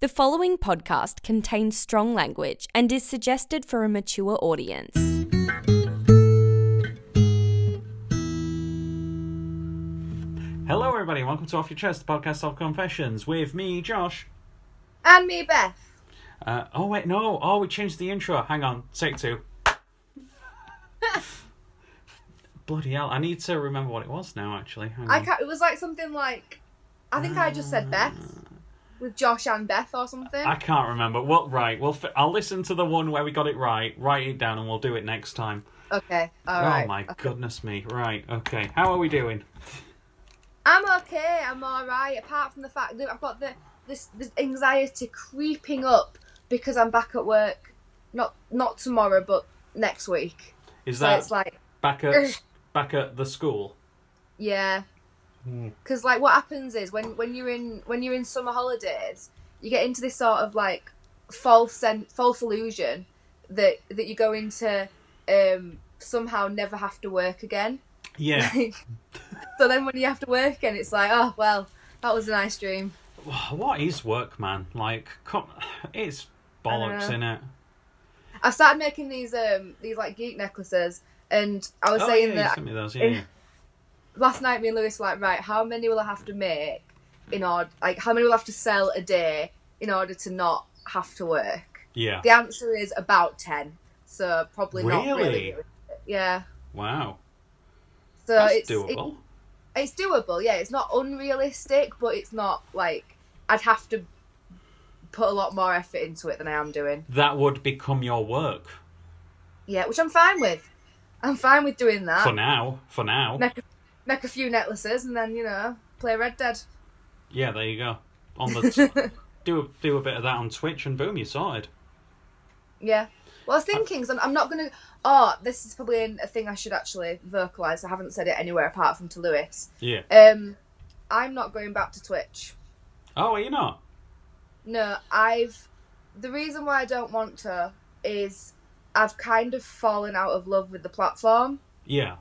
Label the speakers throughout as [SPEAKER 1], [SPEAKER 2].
[SPEAKER 1] The following podcast contains strong language and is suggested for a mature audience.
[SPEAKER 2] Hello, everybody, and welcome to Off Your Chest, the podcast of confessions with me, Josh.
[SPEAKER 3] And me, Beth.
[SPEAKER 2] Uh, oh, wait, no. Oh, we changed the intro. Hang on. Take two. Bloody hell. I need to remember what it was now, actually. Hang
[SPEAKER 3] I
[SPEAKER 2] on.
[SPEAKER 3] can't, it was like something like I think I just said Beth with Josh and Beth or something.
[SPEAKER 2] I can't remember. Well, right. Well, f- I'll listen to the one where we got it right, write it down, and we'll do it next time.
[SPEAKER 3] Okay, all
[SPEAKER 2] oh,
[SPEAKER 3] right.
[SPEAKER 2] my
[SPEAKER 3] Okay.
[SPEAKER 2] goodness me. Right. Okay. How are we doing?
[SPEAKER 3] I'm okay. I'm all right. Apart from the fact that I've got the this, this anxiety creeping up because I'm back at work. Not not tomorrow, but next week.
[SPEAKER 2] Is
[SPEAKER 3] So
[SPEAKER 2] that
[SPEAKER 3] it's like
[SPEAKER 2] back at back at the school?
[SPEAKER 3] yeah.
[SPEAKER 2] Hmm.
[SPEAKER 3] Because like what happens is when when you're in when you're in summer holidays, you get into this sort of like false sen- false illusion that that you're going to um, somehow never have to work again.
[SPEAKER 2] Yeah.
[SPEAKER 3] so then when you have to work again, it's like, oh well, that was a nice dream.
[SPEAKER 2] what is work, man? Like, come, it's bollocks,
[SPEAKER 3] know.
[SPEAKER 2] innit?
[SPEAKER 3] I started making these um these like geek necklaces, and I was
[SPEAKER 2] Oh,
[SPEAKER 3] saying
[SPEAKER 2] yeah, you
[SPEAKER 3] that
[SPEAKER 2] sent me those, yeah.
[SPEAKER 3] last night me and Lewis were like, right, how many will I have to make in order, like how many will I have to sell a day in order to not have to work?
[SPEAKER 2] Yeah.
[SPEAKER 3] The answer is about ten, so probably not
[SPEAKER 2] Really?
[SPEAKER 3] really. doing it. Yeah.
[SPEAKER 2] Wow.
[SPEAKER 3] So
[SPEAKER 2] That's
[SPEAKER 3] it's it-
[SPEAKER 2] doable.
[SPEAKER 3] it's doable. Yeah, it's not unrealistic, but it's not like I'd have to put a lot more effort into it than I am doing.
[SPEAKER 2] that would become your work
[SPEAKER 3] Yeah, which I'm fine with. I'm fine with doing that.
[SPEAKER 2] for now. For now.
[SPEAKER 3] Make, a, make a few necklaces and then, you know, play Red Dead.
[SPEAKER 2] Yeah, there you go. On the do a, do a bit of that on Twitch and boom, you're sorted.
[SPEAKER 3] Yeah. Well, I was thinking, so I'm I'm not going to. Oh, this is probably an- a thing I should actually vocalise. I haven't said it anywhere apart from to Lewis.
[SPEAKER 2] Yeah.
[SPEAKER 3] Um, I'm not going back to Twitch.
[SPEAKER 2] Oh, are you not?
[SPEAKER 3] No, I've. The reason why I don't want to is I've kind of fallen out of love with the platform.
[SPEAKER 2] Yeah.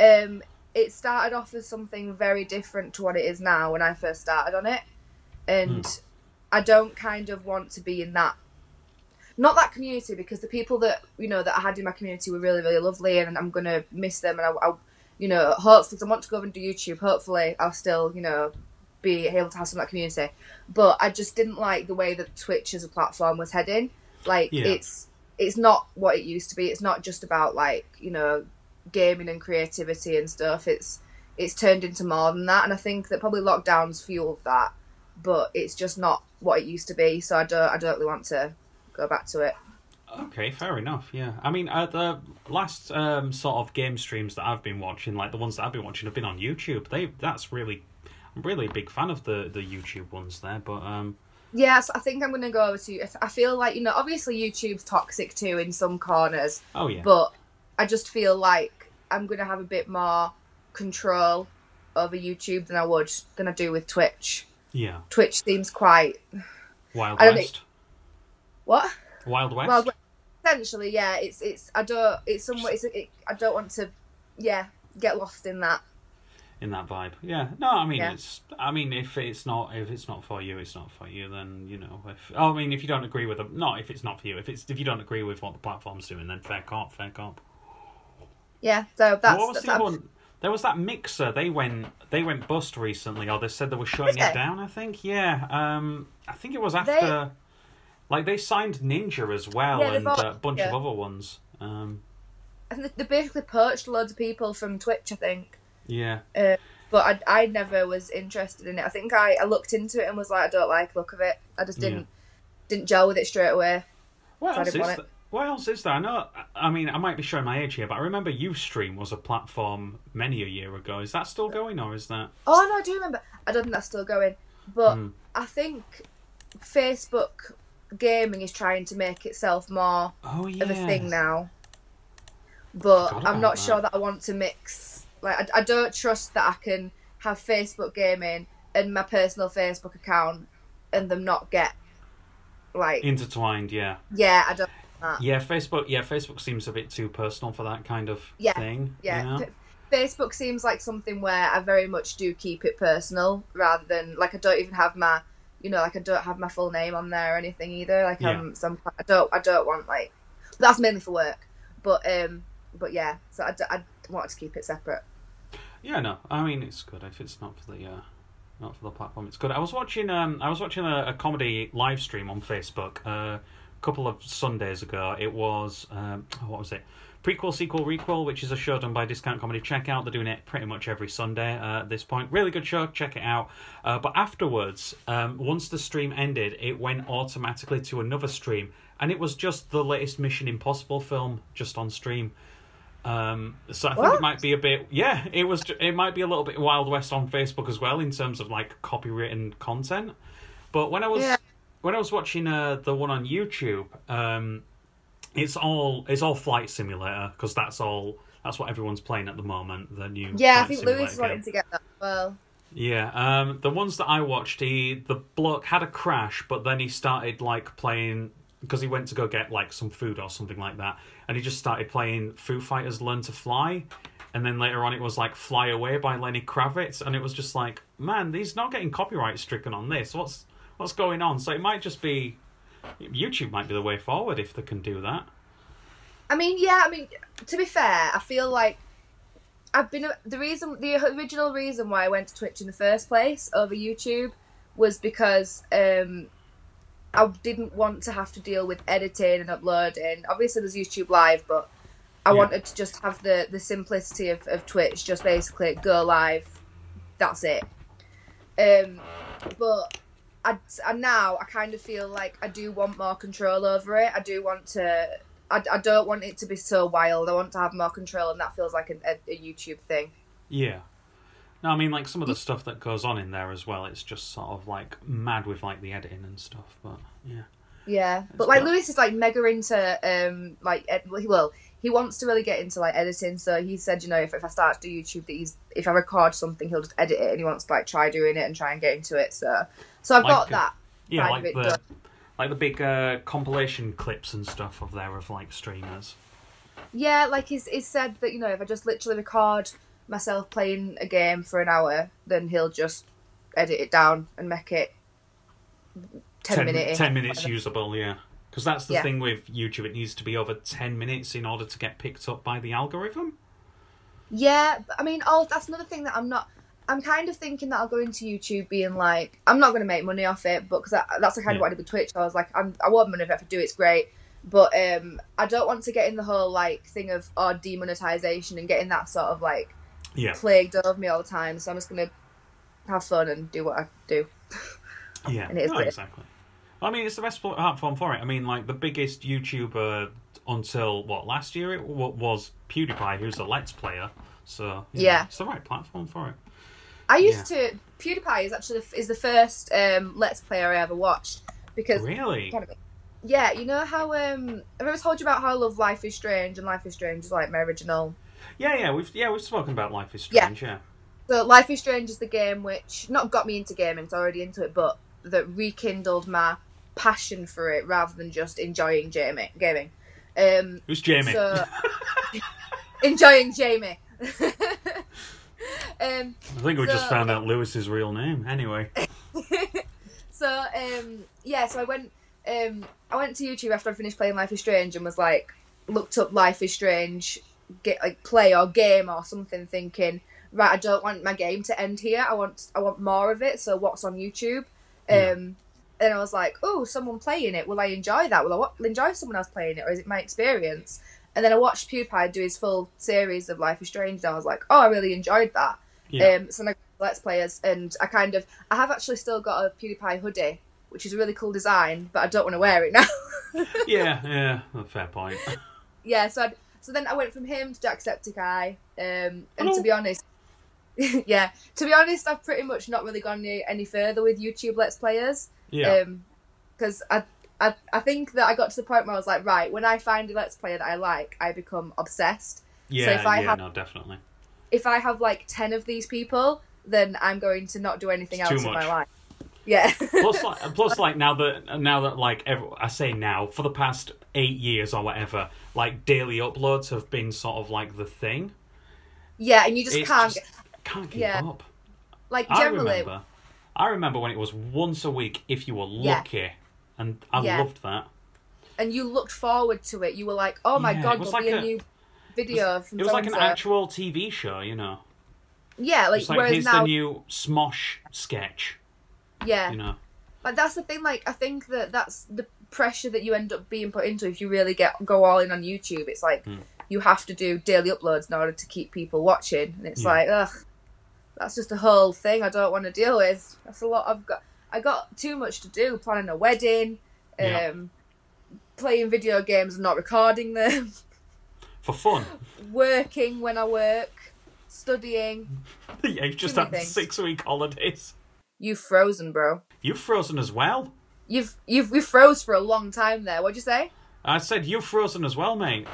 [SPEAKER 3] um, it started off as something very different to what it is now when I first started on it, and I don't kind of want to be in that, not that community because the people that you know that I had in my community were really really lovely, and I'm gonna miss them, and I, I you know, hopefully 'cause I want to go over and do YouTube. Hopefully, I'll still you know be able to have some of that community, but I just didn't like the way that Twitch as a platform was heading. Like
[SPEAKER 2] Yeah.
[SPEAKER 3] it's it's not what it used to be. It's not just about like you know gaming and creativity and stuff. It's it's turned into more than that, and I think that probably lockdowns fueled that, but it's just not what it used to be. So I don't I don't really want to go back to it.
[SPEAKER 2] Okay, fair enough. Yeah. I mean, uh, the last um, sort of game streams that I've been watching, like the ones that I've been watching, have been on YouTube. They that's really, I'm really a big fan of the the YouTube ones there. But um,
[SPEAKER 3] Yes, I think I'm going to go over to. I feel like you know, obviously YouTube's toxic too in some corners,
[SPEAKER 2] oh yeah.
[SPEAKER 3] but I just feel like I'm going to have a bit more control over YouTube than I would than I do with Twitch.
[SPEAKER 2] yeah.
[SPEAKER 3] Twitch seems quite
[SPEAKER 2] Wild
[SPEAKER 3] I don't
[SPEAKER 2] West.
[SPEAKER 3] what?
[SPEAKER 2] Wild West.
[SPEAKER 3] Well, essentially, yeah. It's it's. I don't. It's somewhat. It's. It, I don't want to. Yeah, get lost in that.
[SPEAKER 2] in that vibe. Yeah. No, I mean
[SPEAKER 3] Yeah.
[SPEAKER 2] it's I mean if it's not if it's not for you, it's not for you then, you know, if oh, I mean if you don't agree with them not if it's not for you, if it's if you don't agree with what the platform's doing then fair cop, fair cop.
[SPEAKER 3] Yeah. So that's.
[SPEAKER 2] what was the
[SPEAKER 3] that's
[SPEAKER 2] other one? There was that mixer, they went they went bust recently or they said they were shutting
[SPEAKER 3] Did
[SPEAKER 2] it
[SPEAKER 3] they?
[SPEAKER 2] down, I think. Yeah. Um I think it was
[SPEAKER 3] They-
[SPEAKER 2] after like they signed Ninja as well
[SPEAKER 3] Yeah, they
[SPEAKER 2] and
[SPEAKER 3] bought-
[SPEAKER 2] uh, a bunch of
[SPEAKER 3] yeah.
[SPEAKER 2] other ones. Um
[SPEAKER 3] I think they basically poached loads of people from Twitch. I think.
[SPEAKER 2] yeah.
[SPEAKER 3] Uh, but I, I never was interested in it. I think I, I looked into it and was like, I don't like the look of it. I just didn't didn't gel with it straight away.
[SPEAKER 2] What
[SPEAKER 3] So I
[SPEAKER 2] else, is
[SPEAKER 3] didn't want
[SPEAKER 2] th- what else is there? I know. I mean, I might be showing my age here, but I remember UStream was a platform many a year ago. Is that still going, or is that?
[SPEAKER 3] Oh no, I do remember. I don't think that's still going, but
[SPEAKER 2] Hmm.
[SPEAKER 3] I think Facebook gaming is trying to make itself more
[SPEAKER 2] Oh yeah.
[SPEAKER 3] of a thing now. But
[SPEAKER 2] Forgot
[SPEAKER 3] I'm
[SPEAKER 2] about
[SPEAKER 3] not
[SPEAKER 2] that.
[SPEAKER 3] sure that I want to mix. Like I, I don't trust that I can have Facebook gaming and my personal Facebook account and them not get like
[SPEAKER 2] Intertwined, yeah,
[SPEAKER 3] yeah. I don't. That.
[SPEAKER 2] yeah. Facebook, yeah. Facebook seems a bit too personal for that kind of
[SPEAKER 3] Yeah,
[SPEAKER 2] thing.
[SPEAKER 3] yeah.
[SPEAKER 2] you know?
[SPEAKER 3] F- Facebook seems like something where I very much do keep it personal rather than like I don't even have my you know, like I don't have my full name on there or anything either. Like
[SPEAKER 2] Yeah.
[SPEAKER 3] I'm some, I don't, I don't want like that's mainly for work. But um, but yeah, so I, d- I wanted to keep it separate.
[SPEAKER 2] Yeah, no. I mean, it's good if it's not for the uh, not for the platform. It's good. I was watching um, I was watching a, a comedy live stream on Facebook uh, a couple of Sundays ago. It was um, oh, what was it? Prequel, sequel, requel, which is a show done by Discount Comedy Checkout. They're doing it pretty much every Sunday uh, at this point. Really good show. Check it out. Uh, but afterwards, um, once the stream ended, it went automatically to another stream, and it was just the latest Mission Impossible film just on stream. Um, so I think it
[SPEAKER 3] What?
[SPEAKER 2] might be a bit, yeah, it was. ju- It might be a little bit Wild West on Facebook as well in terms of like copywritten content. But when I was
[SPEAKER 3] Yeah.
[SPEAKER 2] when I was watching uh, the one on YouTube, um, it's all it's all Flight Simulator because that's all that's what everyone's playing at the moment. The new
[SPEAKER 3] Yeah, I
[SPEAKER 2] Flight
[SPEAKER 3] think
[SPEAKER 2] Simulator
[SPEAKER 3] Louis
[SPEAKER 2] game.
[SPEAKER 3] wanted to get that. as Well,
[SPEAKER 2] Yeah, um, the ones that I watched, he the bloke had a crash, but then he started like playing because he went to go get like some food or something like that, and he just started playing Foo Fighters "Learn to Fly," and then later on it was like "Fly Away" by Lenny Kravitz, and it was just like, man, he's not getting copyright stricken on this. What's what's going on? So it might just be YouTube might be the way forward if they can do that.
[SPEAKER 3] I mean, yeah, I mean, to be fair, I feel like I've been the reason the original reason why I went to Twitch in the first place over YouTube was because um I didn't want to have to deal with editing and uploading. Obviously, there's YouTube Live, but I
[SPEAKER 2] Yeah.
[SPEAKER 3] wanted to just have the the simplicity of, of Twitch. Just basically go live. That's it. Um, but I, I now I kind of feel like I do want more control over it. I do want to. I, I don't want it to be so wild. I want to have more control, and that feels like a, a, a YouTube thing.
[SPEAKER 2] Yeah. No, I mean like some of the stuff that goes on in there as well. It's just sort of like mad with like the editing and stuff, but yeah.
[SPEAKER 3] Yeah, but like
[SPEAKER 2] not-
[SPEAKER 3] Lewis is like mega into um like ed- well, he well he wants to really get into like editing. So he said, you know, if, if I start to do YouTube, that he's if I record something, he'll just edit it, and he wants to like try doing it and try and get into it. So so I've
[SPEAKER 2] Like
[SPEAKER 3] got
[SPEAKER 2] a-
[SPEAKER 3] that.
[SPEAKER 2] Yeah,
[SPEAKER 3] Right,
[SPEAKER 2] like
[SPEAKER 3] but
[SPEAKER 2] the
[SPEAKER 3] the-
[SPEAKER 2] like the big uh, compilation clips and stuff of there of like streamers.
[SPEAKER 3] Yeah, like he's, he's said that, you know, if I just literally record myself playing a game for an hour, then he'll just edit it down and make it 10, minutes.
[SPEAKER 2] ten minutes usable, yeah. Because that's the
[SPEAKER 3] Yeah.
[SPEAKER 2] thing with YouTube; it needs to be over ten minutes in order to get picked up by the algorithm.
[SPEAKER 3] Yeah, but I mean, oh, that's another thing that I'm not. I'm kind of thinking that I'll go into YouTube being like, I'm not going to make money off it, but because that's the kind
[SPEAKER 2] Yeah.
[SPEAKER 3] of what I did with Twitch. I was like, I'm, I want money if I do it's great, but um, I don't want to get in the whole like thing of oh, demonetization and getting that sort of like
[SPEAKER 2] Yeah,
[SPEAKER 3] plagued over me all the time. So I'm just going to have fun and do what I do.
[SPEAKER 2] yeah,
[SPEAKER 3] And it is
[SPEAKER 2] no,
[SPEAKER 3] good.
[SPEAKER 2] exactly. I mean, it's the best pl- platform for it. I mean, like the biggest YouTuber until what last year it w- was PewDiePie, who's a Let's Player. So you know,
[SPEAKER 3] Yeah.
[SPEAKER 2] it's the right platform for it.
[SPEAKER 3] I used to PewDiePie is actually the, is the first um, Let's Player I ever watched because
[SPEAKER 2] Really?
[SPEAKER 3] yeah, you know how um, I've ever told you about how I love Life is Strange and Life is Strange is like my original.
[SPEAKER 2] Yeah, yeah. We've yeah we've spoken about Life is
[SPEAKER 3] Yeah.
[SPEAKER 2] Strange. Yeah.
[SPEAKER 3] So Life is Strange is the game which not got me into gaming, so I was already into it, but that rekindled my passion for it rather than just enjoying Jamie gaming. Um,
[SPEAKER 2] Who's Jamie?
[SPEAKER 3] So, enjoying Jamie. um,
[SPEAKER 2] I think we just
[SPEAKER 3] So-
[SPEAKER 2] found out Lewis's real name. Anyway,
[SPEAKER 3] so um, yeah, so I went um, I went to YouTube after I finished playing Life is Strange and was like looked up Life is Strange get like play or game or something thinking right I don't want my game to end here I want I want more of it so what's on YouTube
[SPEAKER 2] Yeah.
[SPEAKER 3] um and I was like oh someone playing it will I enjoy that will I wa- enjoy someone else playing it or is it my experience and then I watched PewDiePie do his full series of Life is Strange and I was like oh I really enjoyed that
[SPEAKER 2] yeah,
[SPEAKER 3] um, so now Let's Players, and I kind of I have actually still got a PewDiePie hoodie, which is a really cool design, but I don't want to wear it now.
[SPEAKER 2] yeah, yeah. well, Fair point.
[SPEAKER 3] yeah, so I'd, so then I went from him to Jacksepticeye, um, and
[SPEAKER 2] Hello.
[SPEAKER 3] to be honest, yeah, to be honest, I've pretty much not really gone any, any further with YouTube Let's Players.
[SPEAKER 2] Yeah,
[SPEAKER 3] Um 'cause because I, I I think that I got to the point where I was like, right, when I find a Let's Player that I like, I become obsessed.
[SPEAKER 2] yeah,
[SPEAKER 3] if I
[SPEAKER 2] yeah.
[SPEAKER 3] have-
[SPEAKER 2] No, definitely.
[SPEAKER 3] If I have like ten of these people, then I'm going to not do anything
[SPEAKER 2] It's too
[SPEAKER 3] else in
[SPEAKER 2] much.
[SPEAKER 3] my life. Yeah.
[SPEAKER 2] Plus, like, plus, like now that now that like ev I say now for the past eight years or whatever, like daily uploads have been sort of like the thing.
[SPEAKER 3] Yeah, and you just
[SPEAKER 2] It's
[SPEAKER 3] can't.
[SPEAKER 2] just- can't keep
[SPEAKER 3] yeah.
[SPEAKER 2] up.
[SPEAKER 3] Like
[SPEAKER 2] I
[SPEAKER 3] generally,
[SPEAKER 2] remember. I remember when it was once a week if you were
[SPEAKER 3] Yeah.
[SPEAKER 2] lucky, and I
[SPEAKER 3] Yeah.
[SPEAKER 2] loved that.
[SPEAKER 3] and you looked forward to it. You were like, "Oh my
[SPEAKER 2] Yeah, it
[SPEAKER 3] god,
[SPEAKER 2] was
[SPEAKER 3] there'll
[SPEAKER 2] like
[SPEAKER 3] be a,
[SPEAKER 2] a-
[SPEAKER 3] new video
[SPEAKER 2] It
[SPEAKER 3] from
[SPEAKER 2] was like an
[SPEAKER 3] so-and-so."
[SPEAKER 2] actual TV show, you know.
[SPEAKER 3] yeah, like,
[SPEAKER 2] It's like
[SPEAKER 3] whereas
[SPEAKER 2] here's
[SPEAKER 3] now,
[SPEAKER 2] the new Smosh sketch,
[SPEAKER 3] yeah,
[SPEAKER 2] you know.
[SPEAKER 3] but that's the thing. Like, I think that that's the pressure that you end up being put into if you really get go all in on YouTube. It's like
[SPEAKER 2] Hmm.
[SPEAKER 3] you have to do daily uploads in order to keep people watching, and it's
[SPEAKER 2] Yeah.
[SPEAKER 3] like, ugh, that's just a whole thing I don't want to deal with. That's a lot. I've got I got too much to do: planning a wedding, um,
[SPEAKER 2] Yeah.
[SPEAKER 3] playing video games and not recording them.
[SPEAKER 2] For fun.
[SPEAKER 3] working when I work,
[SPEAKER 2] Hmm.
[SPEAKER 3] studying.
[SPEAKER 2] yeah, you've just
[SPEAKER 3] Too many
[SPEAKER 2] had
[SPEAKER 3] things.
[SPEAKER 2] six week holidays.
[SPEAKER 3] You've frozen, bro.
[SPEAKER 2] You've frozen as well.
[SPEAKER 3] You've you've we froze for a long time there. What'd you say?
[SPEAKER 2] I said you've frozen as well, mate.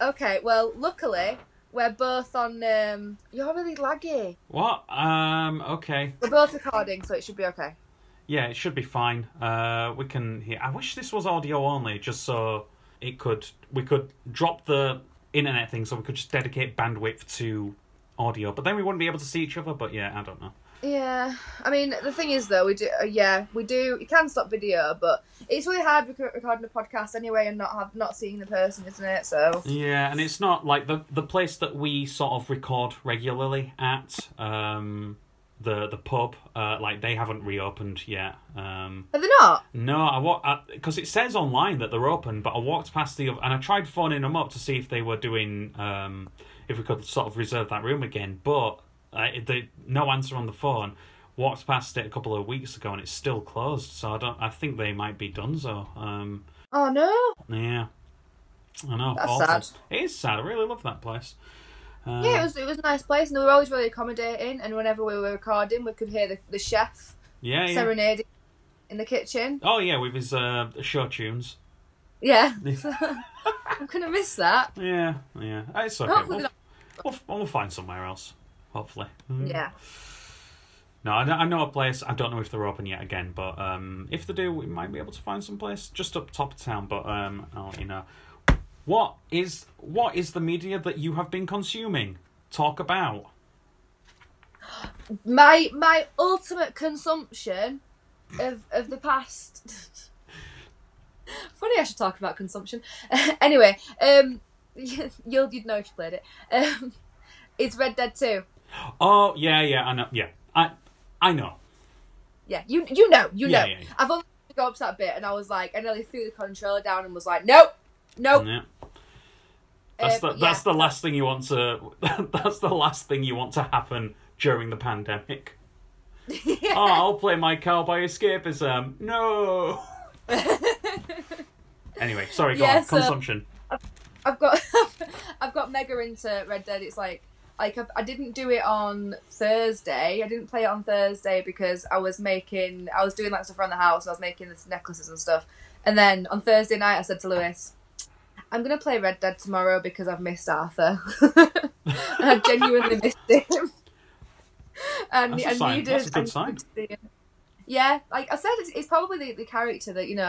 [SPEAKER 3] Okay, well, luckily we're both on. Um, you're really laggy.
[SPEAKER 2] What? Um. Okay.
[SPEAKER 3] We're both recording, so it should be okay.
[SPEAKER 2] Yeah, it should be fine. Uh, we can hear. I wish this was audio only, just so it could we could drop the internet thing, so we could just dedicate bandwidth to audio. But then we wouldn't be able to see each other. But yeah, I don't know.
[SPEAKER 3] Yeah, I mean the thing is though we do uh, yeah we do you can stop video but it's really hard rec- recording a podcast anyway and not have not seeing the person isn't it so
[SPEAKER 2] Yeah, and it's not like the the place that we sort of record regularly at um the the pub uh like they haven't reopened yet. Um
[SPEAKER 3] are they not
[SPEAKER 2] no, I walk because it says online that they're open, but I walked past the oth- and I tried phoning them up to see if they were doing um if we could sort of reserve that room again, but uh, they no answer on the phone. Walked past it a couple of weeks ago and it's still closed, so I don't I think they might be done so. Um
[SPEAKER 3] oh no
[SPEAKER 2] yeah. I know.
[SPEAKER 3] That's
[SPEAKER 2] awful.
[SPEAKER 3] sad.
[SPEAKER 2] It is sad. I really love that place. Uh,
[SPEAKER 3] yeah it was it was a nice place and they were always really accommodating and whenever we were recording we could hear the, the chef
[SPEAKER 2] yeah, yeah.
[SPEAKER 3] serenading in the kitchen.
[SPEAKER 2] Oh, yeah, with his uh, show tunes.
[SPEAKER 3] Yeah.
[SPEAKER 2] Yeah.
[SPEAKER 3] I'm gonna miss that.
[SPEAKER 2] Yeah, yeah. It's okay.
[SPEAKER 3] Hopefully
[SPEAKER 2] We'll,
[SPEAKER 3] not.
[SPEAKER 2] we'll, we'll find somewhere else. Hopefully. Mm.
[SPEAKER 3] Yeah.
[SPEAKER 2] No, I, I know a place. I don't know if they're open yet again, but um, if they do, we might be able to find some place just up top of town. But um, I'll let you know. What is what is the media that you have been consuming? Talk about.
[SPEAKER 3] My my ultimate consumption of of the past. Funny, I should talk about consumption. anyway, um, you'll you'd know if you played it. Um, it's Red Dead Two.
[SPEAKER 2] Oh yeah, yeah. I know. Yeah, I I know.
[SPEAKER 3] Yeah, you you know you
[SPEAKER 2] Yeah,
[SPEAKER 3] know.
[SPEAKER 2] yeah, yeah.
[SPEAKER 3] I've only got up to that bit, and I was like, I nearly threw the controller down and was like, nope, nope.
[SPEAKER 2] Yeah. That's the
[SPEAKER 3] Uh, but
[SPEAKER 2] that's
[SPEAKER 3] yeah.
[SPEAKER 2] the last thing you want to that's the last thing you want to happen during the pandemic. Oh, I'll play my cowboy escapism. No. anyway, sorry, go
[SPEAKER 3] Yeah,
[SPEAKER 2] on.
[SPEAKER 3] so-
[SPEAKER 2] Consumption.
[SPEAKER 3] I've got I've got mega into Red Dead. It's like like I, I didn't do it on Thursday. I didn't play it on Thursday because I was making I was doing like stuff around the house. And I was making this necklaces and stuff. And then on Thursday night, I said to Lewis, "I'm gonna play Red Dead tomorrow because I've missed Arthur, and I genuinely missed him. And
[SPEAKER 2] That's a
[SPEAKER 3] I
[SPEAKER 2] sign.
[SPEAKER 3] needed
[SPEAKER 2] That's a good
[SPEAKER 3] I needed
[SPEAKER 2] sign.
[SPEAKER 3] to see him. Yeah, like I said, it's, it's probably the, the character that you know.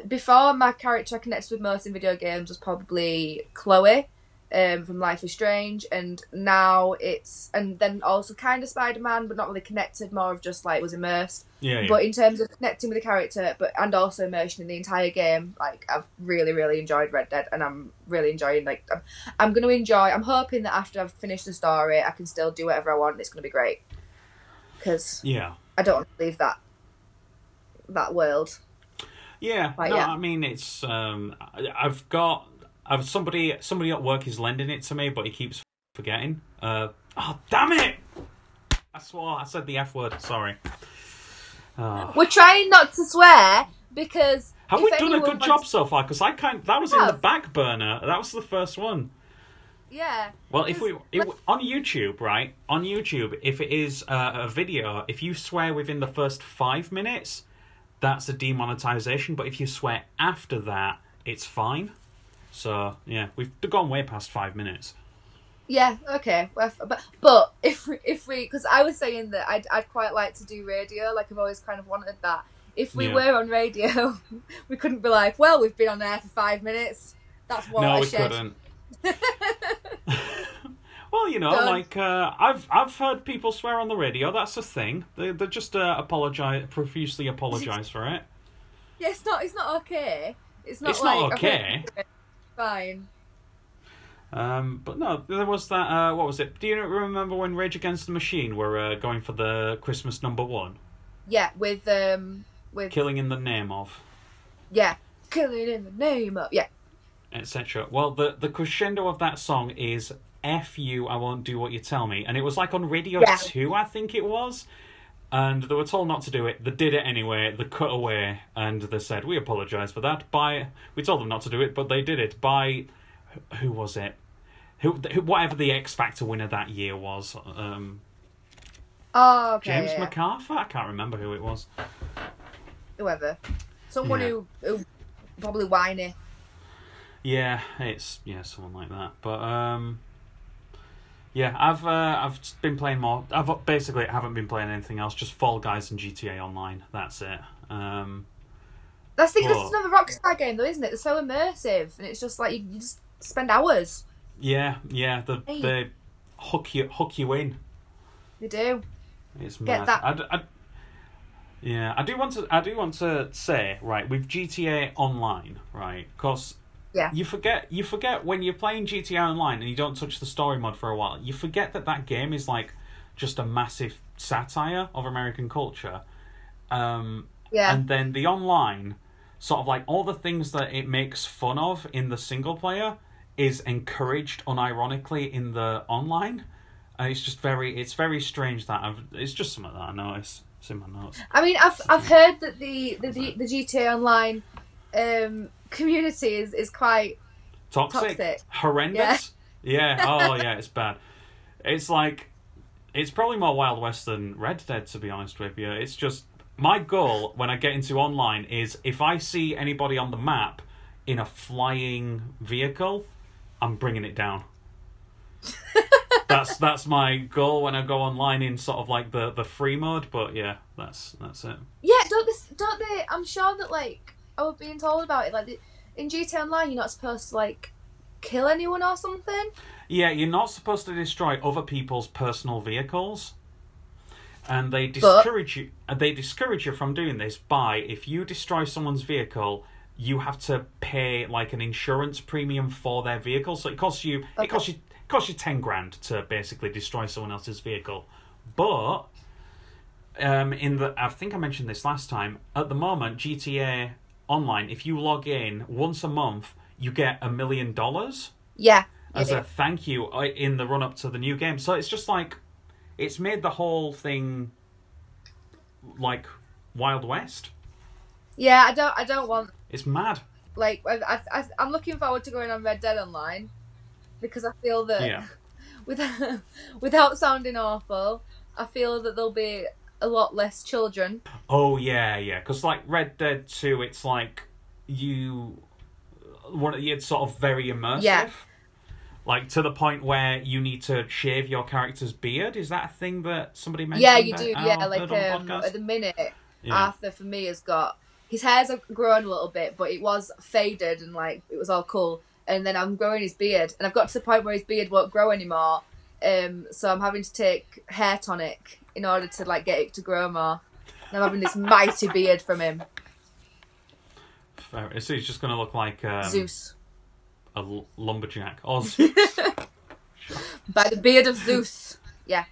[SPEAKER 3] I've before my character I connected with most in video games was probably Chloe um, from Life is Strange, and now it's and then also kind of Spider Man, but not really connected. More of just like was immersed.
[SPEAKER 2] Yeah, yeah.
[SPEAKER 3] But in terms of connecting with the character, but and also immersion in the entire game, like I've really really enjoyed Red Dead, and I'm really enjoying like I'm, I'm going to enjoy. I'm hoping that after I've finished the story, I can still do whatever I want. and It's going to be great because
[SPEAKER 2] yeah.
[SPEAKER 3] I don't want to leave that that world.
[SPEAKER 2] Yeah,
[SPEAKER 3] But
[SPEAKER 2] no,
[SPEAKER 3] yeah.
[SPEAKER 2] I mean it's um, I- I've got I've somebody somebody at work is lending it to me, but he keeps forgetting. Uh, oh damn it! I swore I said the f word. Sorry. Oh.
[SPEAKER 3] We're trying not to swear because
[SPEAKER 2] Have
[SPEAKER 3] if
[SPEAKER 2] we done a
[SPEAKER 3] anyone
[SPEAKER 2] good
[SPEAKER 3] wants-
[SPEAKER 2] job so far? Because I kind that was
[SPEAKER 3] We
[SPEAKER 2] in the
[SPEAKER 3] have.
[SPEAKER 2] back burner. That was the first one.
[SPEAKER 3] Yeah.
[SPEAKER 2] Well, if we
[SPEAKER 3] Because-
[SPEAKER 2] it, on YouTube, right? On YouTube, if it is uh, a video, if you swear within the first five minutes, that's a demonetization. But if you swear after that, it's fine. So yeah, we've gone way past five minutes.
[SPEAKER 3] Yeah. Okay. we're f- But but if we- if we because I was saying that I'd I'd quite like to do radio. Like I've always kind of wanted that. If we
[SPEAKER 2] Yeah.
[SPEAKER 3] were on radio, we couldn't be like, well, we've been on air for five minutes. That's what
[SPEAKER 2] no,
[SPEAKER 3] I
[SPEAKER 2] we
[SPEAKER 3] shed.
[SPEAKER 2] couldn't. Well, you know,
[SPEAKER 3] Done.
[SPEAKER 2] like uh, I've I've heard people swear on the radio. That's a thing. They they just uh, apologize profusely apologize for it.
[SPEAKER 3] Yeah, it's not. It's not okay. It's not.
[SPEAKER 2] it's
[SPEAKER 3] like,
[SPEAKER 2] not
[SPEAKER 3] okay,
[SPEAKER 2] okay.
[SPEAKER 3] Fine.
[SPEAKER 2] Um, but no, there was that. Uh, what was it? Do you remember when Rage Against the Machine were uh, going for the Christmas number one,
[SPEAKER 3] Yeah, with um, with
[SPEAKER 2] killing in the name of,
[SPEAKER 3] yeah, killing in the name of yeah.
[SPEAKER 2] etc. Well, the the crescendo of that song is "F you, I won't do what you tell me," and it was like on Radio
[SPEAKER 3] Yeah.
[SPEAKER 2] Two, I think it was. And they were told not to do it. They did it anyway. They cut away, and they said, "We apologise for that." By we told them not to do it, but they did it. By who was it? Who, who whatever the X Factor winner that year was. Um,
[SPEAKER 3] Oh, okay.
[SPEAKER 2] James
[SPEAKER 3] yeah, yeah.
[SPEAKER 2] MacArthur? I can't remember who it was.
[SPEAKER 3] Whoever, someone
[SPEAKER 2] Yeah.
[SPEAKER 3] who who probably whiny.
[SPEAKER 2] Yeah, it's yeah, someone like that. But um, yeah, I've uh, I've just been playing more. I've basically I haven't been playing anything else. Just Fall Guys and GTA Online. That's it. Um,
[SPEAKER 3] That's the that's
[SPEAKER 2] Well-
[SPEAKER 3] another Rockstar game though, isn't it? They're so immersive, and it's just like you, you just spend hours.
[SPEAKER 2] yeah, yeah, the
[SPEAKER 3] Hey.
[SPEAKER 2] they hook you hook you in.
[SPEAKER 3] They do.
[SPEAKER 2] It's
[SPEAKER 3] Get
[SPEAKER 2] mad.
[SPEAKER 3] that-
[SPEAKER 2] I d- I d- yeah, I do want to. I do want to say right with GTA Online, right? Because
[SPEAKER 3] Yeah.
[SPEAKER 2] you forget you forget when you're playing GTA Online and you don't touch the story mod for a while. You forget that that game is like just a massive satire of American culture. Um,
[SPEAKER 3] Yeah.
[SPEAKER 2] and then the online, sort of like all the things that it makes fun of in the single player is encouraged unironically in the online. And it's just very, it's very strange that I've, it's just something that I noticed. It's in my notes.
[SPEAKER 3] I mean, I've I've heard that the the, the, the GTA Online um, community is is quite
[SPEAKER 2] Toxic,
[SPEAKER 3] Toxic.
[SPEAKER 2] horrendous. Yeah. Oh yeah, it's bad. It's like, it's probably more Wild West than Red Dead, to be honest with you. It's just my goal when I get into online is if I see anybody on the map in a flying vehicle, I'm bringing it down. that's that's my goal when I go online in sort of like the the free mode. But yeah, that's that's it.
[SPEAKER 3] yeah. Don't they, don't they? I'm sure that like I was being told about it. Like the, in GTA Online, you're not supposed to like kill anyone or something.
[SPEAKER 2] Yeah, you're not supposed to destroy other people's personal vehicles. And they discourage you and they discourage you from doing this by if you destroy someone's vehicle, you have to pay like an insurance premium for their vehicle. So it costs you
[SPEAKER 3] Okay.
[SPEAKER 2] it costs you it costs you ten grand to basically destroy someone else's vehicle. But um, in the I think I mentioned this last time. At the moment, GTA Online, if you log in once a month, you get a million dollars
[SPEAKER 3] Yeah.
[SPEAKER 2] as
[SPEAKER 3] yeah.
[SPEAKER 2] a thank you uh, in the run up to the new game. So it's just like it's made the whole thing like Wild West.
[SPEAKER 3] yeah. I don't I don't want
[SPEAKER 2] It's mad.
[SPEAKER 3] like I, I, I I'm looking forward to going on Red Dead Online because I feel that
[SPEAKER 2] Yeah.
[SPEAKER 3] without without sounding awful, I feel that there'll be a lot less children.
[SPEAKER 2] Oh yeah, yeah. Because like Red Dead Two, it's like you one. It's sort of very immersive.
[SPEAKER 3] Yeah.
[SPEAKER 2] Like to the point where you need to shave your character's beard. Is that a thing that somebody mentioned?
[SPEAKER 3] Yeah, you
[SPEAKER 2] that
[SPEAKER 3] do.
[SPEAKER 2] I
[SPEAKER 3] Yeah,
[SPEAKER 2] heard
[SPEAKER 3] like
[SPEAKER 2] Oh, on
[SPEAKER 3] um,
[SPEAKER 2] the
[SPEAKER 3] at
[SPEAKER 2] podcast?
[SPEAKER 3] the minute,
[SPEAKER 2] Yeah.
[SPEAKER 3] Arthur for me has got his hair's grown a little bit, but it was faded and like it was all cool. And then I'm growing his beard, and I've got to the point where his beard won't grow anymore. Um, so I'm having to take hair tonic in order to like get it to grow more. And I'm having this mighty beard from him,
[SPEAKER 2] Fair- So it's just going to look like um,
[SPEAKER 3] Zeus,
[SPEAKER 2] a l- lumberjack. Or
[SPEAKER 3] by the beard of Zeus. Yeah.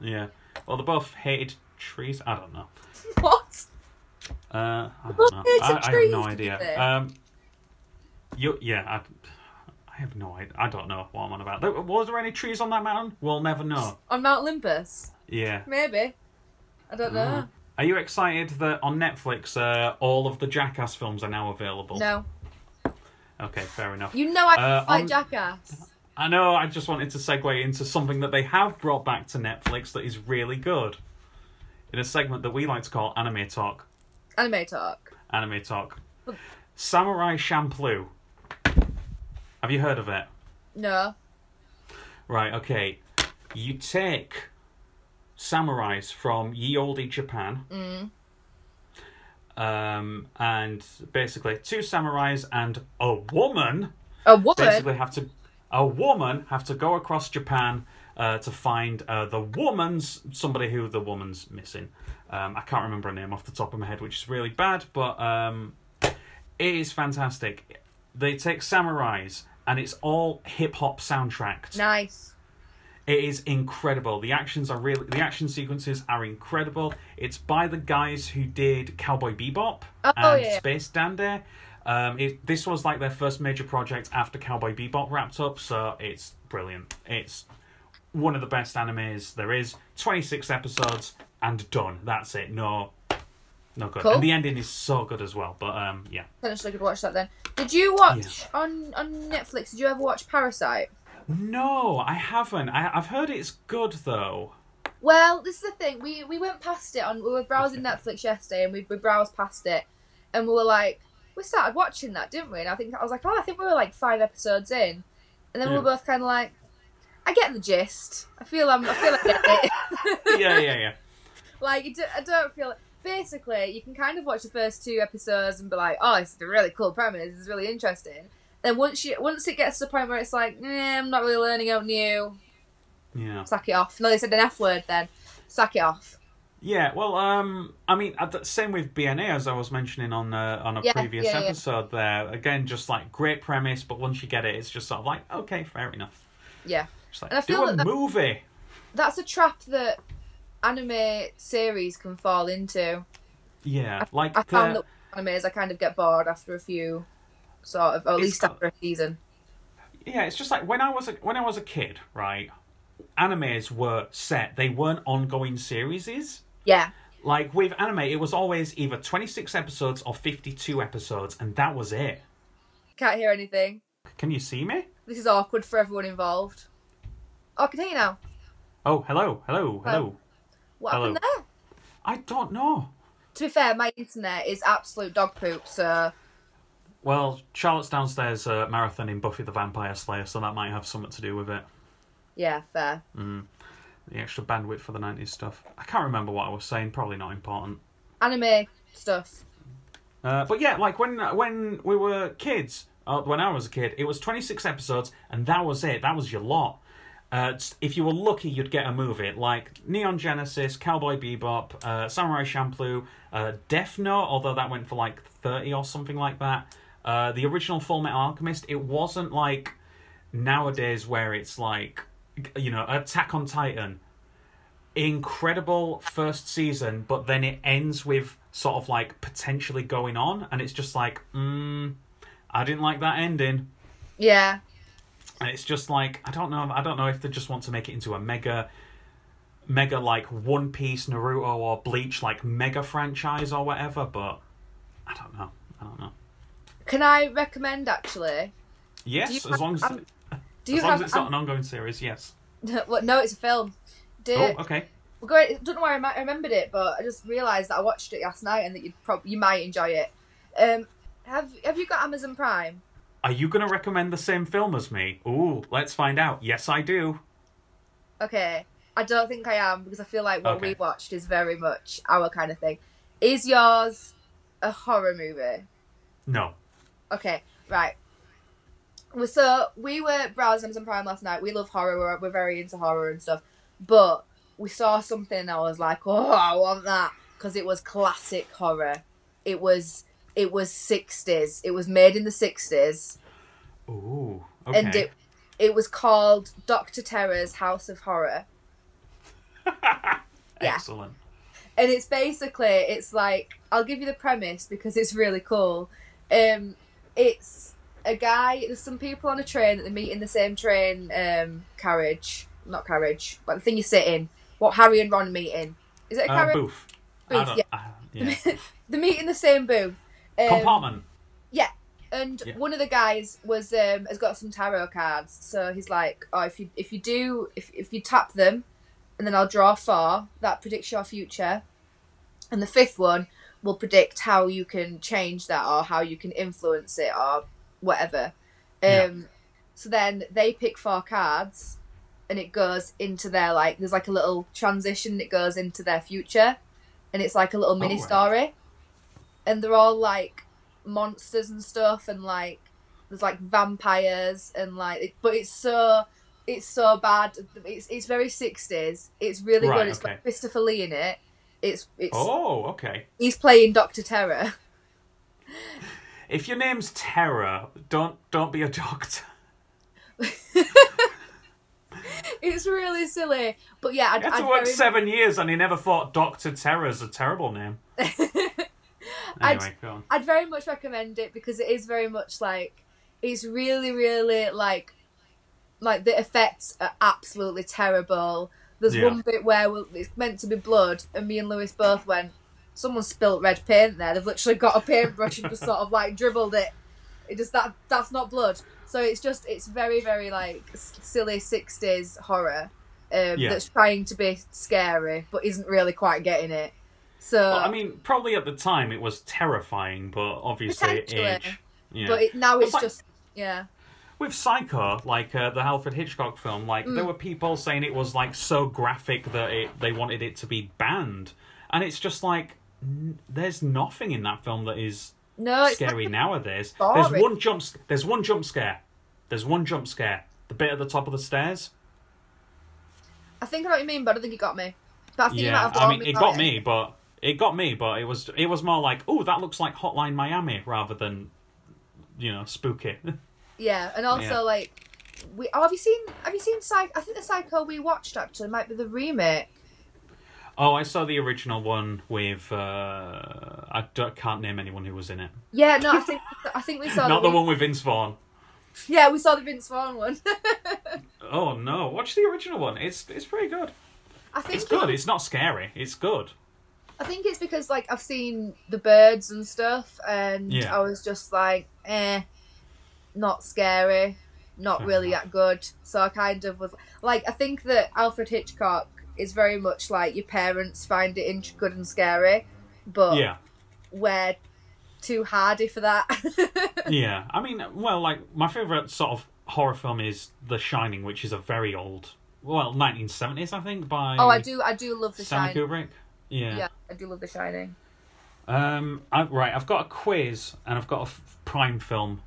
[SPEAKER 2] Yeah. Well, they both hated trees. I don't know.
[SPEAKER 3] What?
[SPEAKER 2] Uh, I
[SPEAKER 3] both
[SPEAKER 2] don't know.
[SPEAKER 3] hated
[SPEAKER 2] I, I have
[SPEAKER 3] trees,
[SPEAKER 2] no
[SPEAKER 3] did
[SPEAKER 2] idea.
[SPEAKER 3] they?
[SPEAKER 2] Um, you, yeah, I, I have no idea. I don't know what I'm on about. There- Was there any trees on that mountain? We'll never know.
[SPEAKER 3] On Mount Olympus?
[SPEAKER 2] Yeah.
[SPEAKER 3] Maybe. I don't know.
[SPEAKER 2] Are you excited that on Netflix uh, all of the Jackass films are now available?
[SPEAKER 3] No.
[SPEAKER 2] Okay, fair enough.
[SPEAKER 3] You know I
[SPEAKER 2] Mm. Uh,
[SPEAKER 3] like
[SPEAKER 2] on-
[SPEAKER 3] Jackass.
[SPEAKER 2] I know. I just wanted to segue into something that they have brought back to Netflix that is really good. In a segment that we like to call Anime Talk.
[SPEAKER 3] Anime talk.
[SPEAKER 2] Anime Talk. Samurai Champloo. Have you heard of it?
[SPEAKER 3] No.
[SPEAKER 2] Right, okay. You take samurais from ye olde Japan. Um, and basically, two samurais and a woman
[SPEAKER 3] A woman.
[SPEAKER 2] basically have to. a woman have to go across Japan uh, to find uh, the woman's somebody who the woman's missing. Um, I can't remember her name off the top of my head, which is really bad, but um, it is fantastic. They take samurais, and it's all hip hop soundtracked.
[SPEAKER 3] Nice.
[SPEAKER 2] It is incredible. The actions are really the action sequences are incredible. It's by the guys who did Cowboy Bebop
[SPEAKER 3] Oh,
[SPEAKER 2] and
[SPEAKER 3] yeah.
[SPEAKER 2] Space Dandy. Um, it, this was like their first major project after Cowboy Bebop wrapped up, so it's brilliant. It's one of the best animes there is. Twenty six episodes and done. That's it. No, no good.
[SPEAKER 3] Cool.
[SPEAKER 2] And the ending is so good as well. But um, yeah.
[SPEAKER 3] Potentially could watch that then. Did you watch on on Netflix? Did you ever watch Parasite?
[SPEAKER 2] No, I haven't. I, I've heard it's good though.
[SPEAKER 3] Well, this is the thing. We we went past it on we were browsing Netflix yesterday, and we, we browsed past it, and we were like, we started watching that, didn't we? And I think I was like, oh, I think we were like five episodes in, and then we were
[SPEAKER 2] Yeah.
[SPEAKER 3] both kind of like, I get the gist. I feel I'm I feel I get it.
[SPEAKER 2] Yeah, yeah, yeah.
[SPEAKER 3] like you do, I don't feel. Basically, you can kind of watch the first two episodes and be like, oh, this is a really cool premise. This is really interesting. Then once you once it gets to the point where it's like, eh, I'm not really learning out new.
[SPEAKER 2] Yeah.
[SPEAKER 3] Sack it off. No, they said an F word then. Sack it off.
[SPEAKER 2] Yeah, well, um, I mean, at the- same with BNA as I was mentioning on uh, on a
[SPEAKER 3] Yeah,
[SPEAKER 2] previous
[SPEAKER 3] yeah, yeah.
[SPEAKER 2] episode. There again, just like great premise, but once you get it, it's just sort of like okay, fair enough.
[SPEAKER 3] Yeah.
[SPEAKER 2] Just like
[SPEAKER 3] And I
[SPEAKER 2] do
[SPEAKER 3] feel
[SPEAKER 2] a
[SPEAKER 3] that that-
[SPEAKER 2] movie.
[SPEAKER 3] that's a trap that anime series can fall into.
[SPEAKER 2] Yeah, like uh,
[SPEAKER 3] I found
[SPEAKER 2] the-
[SPEAKER 3] that with animes I kind of get bored after a few, sort of, or at
[SPEAKER 2] It's
[SPEAKER 3] least
[SPEAKER 2] got-
[SPEAKER 3] after a season.
[SPEAKER 2] yeah, it's just like when I was a, when I was a kid, right? Animes were set; they weren't ongoing series.
[SPEAKER 3] Yeah,
[SPEAKER 2] Like with anime, it was always either twenty six episodes or fifty two episodes, and that was it.
[SPEAKER 3] can't hear anything.
[SPEAKER 2] Can you see me?
[SPEAKER 3] This is awkward for everyone involved. Oh, I can hear you now.
[SPEAKER 2] Oh, hello, hello, hello.
[SPEAKER 3] What
[SPEAKER 2] Hello.
[SPEAKER 3] happened there?
[SPEAKER 2] I don't know.
[SPEAKER 3] To be fair, my internet is absolute dog poop, so
[SPEAKER 2] Well, Charlotte's downstairs uh, marathoning Buffy the Vampire Slayer, so that might have something to do with it.
[SPEAKER 3] yeah, fair.
[SPEAKER 2] The extra bandwidth for the 90s stuff. I can't remember what I was saying, probably not important.
[SPEAKER 3] Anime stuff.
[SPEAKER 2] Uh, but yeah, like when when we were kids, uh, when I was a kid, it was 26 episodes, and that was it. That was your lot. Uh, s- if you were lucky, you'd get a movie like Neon Genesis, Cowboy Bebop, uh, Samurai Champloo, uh, Death Note, although that went for like 30 or something like that. Uh, the original Full Metal Alchemist, it wasn't like nowadays where it's like, you know, Attack on Titan, incredible first season, but then it ends with sort of like potentially going on, and it's just like, mm, I didn't like that ending.
[SPEAKER 3] Yeah,
[SPEAKER 2] And it's just like I don't know. I don't know if they just want to make it into a mega, mega like One Piece, Naruto, or Bleach like mega franchise or whatever. But I don't know. I don't know.
[SPEAKER 3] can I recommend actually? you
[SPEAKER 2] Yes, as
[SPEAKER 3] have-
[SPEAKER 2] long as,
[SPEAKER 3] um, Do you
[SPEAKER 2] as long
[SPEAKER 3] have? um,
[SPEAKER 2] as it's not an ongoing series. Yes.
[SPEAKER 3] well, no, it's a film. Do
[SPEAKER 2] Oh, okay.
[SPEAKER 3] We're going. Don't know why I mi- I remembered it, but I just realised that I watched it last night and that you prob- you might enjoy it. Um, have Have you got Amazon Prime?
[SPEAKER 2] Are you going to recommend the same film as me? Ooh, let's find out. Yes, I do.
[SPEAKER 3] Okay, I don't think I am because I feel like what
[SPEAKER 2] Okay.
[SPEAKER 3] we watched is very much our kind of thing. Is yours a horror movie?
[SPEAKER 2] No.
[SPEAKER 3] Okay, right. Well, So we were browsing Amazon Prime last night. We love horror. We're, we're very into horror and stuff. But we saw something and I was like, oh, I want that because it was classic horror. It was it was sixties. It was made in the sixties,
[SPEAKER 2] Ooh. Okay.
[SPEAKER 3] and uh, it it was called Doctor Terror's House of Horror. Yeah.
[SPEAKER 2] Excellent.
[SPEAKER 3] and it's basically it's like I'll give you the premise because it's really cool. Um, it's a guy. There's some people on a train that they meet in the same train um, carriage, not carriage, but the thing you sit in. What Harry and Ron meet in? Is it a
[SPEAKER 2] Uh,
[SPEAKER 3] carriage?
[SPEAKER 2] booth. I
[SPEAKER 3] Booth,
[SPEAKER 2] don't,
[SPEAKER 3] yeah.
[SPEAKER 2] uh, yeah.
[SPEAKER 3] They meet in the same booth. Um,
[SPEAKER 2] Compartment.
[SPEAKER 3] and
[SPEAKER 2] Yeah.
[SPEAKER 3] one of the guys was um, has got some tarot cards, so he's like, "Oh, if you if you do if if you tap them, and then I'll draw four that predicts your future, and the fifth one will predict how you can change that or how you can influence it or whatever." Um,
[SPEAKER 2] Yeah.
[SPEAKER 3] So then they pick four cards, and it goes into their like there's like a little transition. It goes into their future, and it's like a
[SPEAKER 2] Oh,
[SPEAKER 3] little mini
[SPEAKER 2] right.
[SPEAKER 3] story, and they're all like monsters and stuff and like There's like vampires and like, it- but it's so it's so bad. It's it's very sixties. It's really
[SPEAKER 2] Right,
[SPEAKER 3] good. It's
[SPEAKER 2] okay.
[SPEAKER 3] got Christopher Lee in it. It's it's
[SPEAKER 2] Oh, okay.
[SPEAKER 3] he's playing Doctor Terror.
[SPEAKER 2] If your name's Terror, don't don't be a doctor.
[SPEAKER 3] It's really silly, but yeah,
[SPEAKER 2] He
[SPEAKER 3] I'd,
[SPEAKER 2] had to
[SPEAKER 3] I'd
[SPEAKER 2] work
[SPEAKER 3] very-
[SPEAKER 2] seven years, and he never thought Doctor Terror's a terrible name.
[SPEAKER 3] I'd-
[SPEAKER 2] Anyway, go on.
[SPEAKER 3] I'd very much recommend it because it is very much like it's really, really like like the effects are absolutely terrible. There's
[SPEAKER 2] Yeah.
[SPEAKER 3] one bit where we- it's meant to be blood, and me and Lewis both went, "Someone spilt red paint there." They've literally got a paintbrush and just sort of like dribbled it. It just that that's not blood. So it's just it's very, very like s- silly '60s horror um,
[SPEAKER 2] Yeah.
[SPEAKER 3] that's trying to be scary but isn't really quite getting it. So
[SPEAKER 2] Well, I mean, probably at the time it was terrifying, but obviously
[SPEAKER 3] Potentially.
[SPEAKER 2] age. Yeah.
[SPEAKER 3] but it, now
[SPEAKER 2] Well,
[SPEAKER 3] it's
[SPEAKER 2] like-
[SPEAKER 3] just yeah.
[SPEAKER 2] With Psycho, like uh, the Alfred Hitchcock film, like
[SPEAKER 3] Mm.
[SPEAKER 2] there were people saying it was like so graphic that it, they wanted it to be banned, and it's just like n- there's nothing in that film that is
[SPEAKER 3] No, it's
[SPEAKER 2] scary nowadays.
[SPEAKER 3] boring.
[SPEAKER 2] There's one jump. s- There's one jump scare. There's one jump scare. The bit at the top of the stairs.
[SPEAKER 3] I think I know what you mean, but I don't think it got me. But I think you might
[SPEAKER 2] Yeah,
[SPEAKER 3] have
[SPEAKER 2] I
[SPEAKER 3] warned
[SPEAKER 2] mean, it
[SPEAKER 3] about
[SPEAKER 2] got me, but it got me, but it was it was more like, oh, that looks like Hotline Miami rather than, you know, spooky.
[SPEAKER 3] Yeah, and also
[SPEAKER 2] Yeah.
[SPEAKER 3] like, we oh, have you seen have you seen Psycho? I think the Psycho we watched actually might be the remake.
[SPEAKER 2] oh, I saw the original one with uh, I don't, can't name anyone who was in it.
[SPEAKER 3] Yeah, no, I think I think we saw
[SPEAKER 2] Not
[SPEAKER 3] the,
[SPEAKER 2] the one with Vince Vaughn.
[SPEAKER 3] Yeah, we saw the Vince Vaughn one.
[SPEAKER 2] Oh no, watch the original one. It's it's pretty good.
[SPEAKER 3] I think
[SPEAKER 2] It's good.
[SPEAKER 3] it-
[SPEAKER 2] It's not scary. It's good.
[SPEAKER 3] I think it's because like I've seen the birds and stuff, and
[SPEAKER 2] Yeah.
[SPEAKER 3] I was just like, eh, not scary, not
[SPEAKER 2] Fair
[SPEAKER 3] really
[SPEAKER 2] enough.
[SPEAKER 3] that good. So I kind of was like, I think that Alfred Hitchcock is very much like your parents find it int- good and scary, but
[SPEAKER 2] Yeah.
[SPEAKER 3] we're too hardy for that.
[SPEAKER 2] yeah, I mean, well, like my favorite sort of horror film is The Shining, which is a very old, well, nineteen seventies, I think, by
[SPEAKER 3] oh, I do, I do love the
[SPEAKER 2] Stanley
[SPEAKER 3] shining.
[SPEAKER 2] Kubrick.
[SPEAKER 3] Yeah, I do love the shining.
[SPEAKER 2] Um, I, right, I've got a quiz and I've got a f- prime film.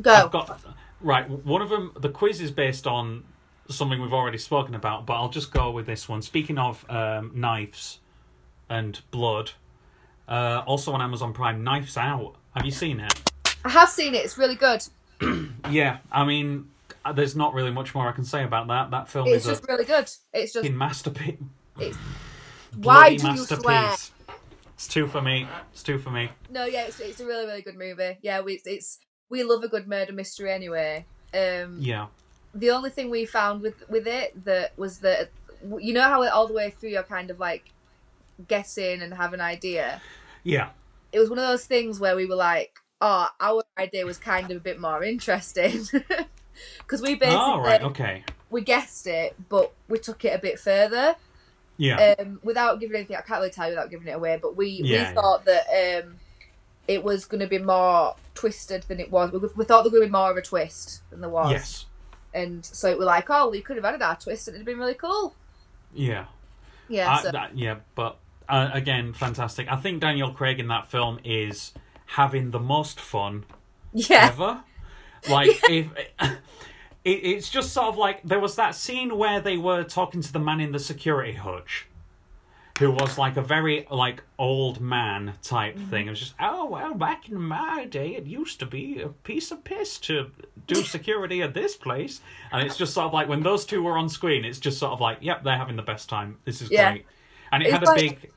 [SPEAKER 3] Go. Oh.
[SPEAKER 2] I've got right. One of them, the quiz is based on something we've already spoken about, but I'll just go with this one. Speaking of um, knives and blood, uh, also on Amazon Prime, Knives Out. Have you seen it?
[SPEAKER 3] I have seen it. It's really good.
[SPEAKER 2] Yeah, I mean, uh, there's not really much more I can say about that. That film
[SPEAKER 3] It's
[SPEAKER 2] is
[SPEAKER 3] just
[SPEAKER 2] a
[SPEAKER 3] really good. It's just
[SPEAKER 2] fucking masterpiece.
[SPEAKER 3] why
[SPEAKER 2] bloody
[SPEAKER 3] do you
[SPEAKER 2] masterpiece.
[SPEAKER 3] swear?
[SPEAKER 2] It's two for me. It's two for me.
[SPEAKER 3] No, yeah, it's, it's a really really good movie. Yeah, we it's we love a good murder mystery anyway. Um,
[SPEAKER 2] Yeah.
[SPEAKER 3] The only thing we found with with it that was that you know how all the way through you're kind of like guessing and have an idea.
[SPEAKER 2] Yeah.
[SPEAKER 3] It was one of those things where we were like, oh, our idea was kind of a bit more interesting because we basically
[SPEAKER 2] Oh, right. Okay.
[SPEAKER 3] we guessed it, but we took it a bit further
[SPEAKER 2] Yeah.
[SPEAKER 3] um, without giving anything, I can't really tell you without giving it away, but we,
[SPEAKER 2] Yeah, yeah.
[SPEAKER 3] we thought that um, it was going to be more twisted than it was. We, we thought there was going to be more of a twist than there was.
[SPEAKER 2] yes.
[SPEAKER 3] And so we're like, oh, we could have added our twist and it'd have been really cool.
[SPEAKER 2] Yeah.
[SPEAKER 3] Yeah.
[SPEAKER 2] I,
[SPEAKER 3] so,
[SPEAKER 2] Uh, that, yeah, but uh, again, fantastic. I think Daniel Craig in that film is having the most fun
[SPEAKER 3] yeah.
[SPEAKER 2] ever. Like, if it, it's just sort of like there was that scene where they were talking to the man in the security hutch, who was like a very like old man type
[SPEAKER 3] Mm-hmm.
[SPEAKER 2] thing. It was just, oh well, back in my day, it used to be a piece of piss to do security at this place, and it's just sort of like when those two were on screen, it's just sort of like, yep, they're having the best time. This is
[SPEAKER 3] Yeah.
[SPEAKER 2] great, and it
[SPEAKER 3] It's
[SPEAKER 2] had a
[SPEAKER 3] like-
[SPEAKER 2] big.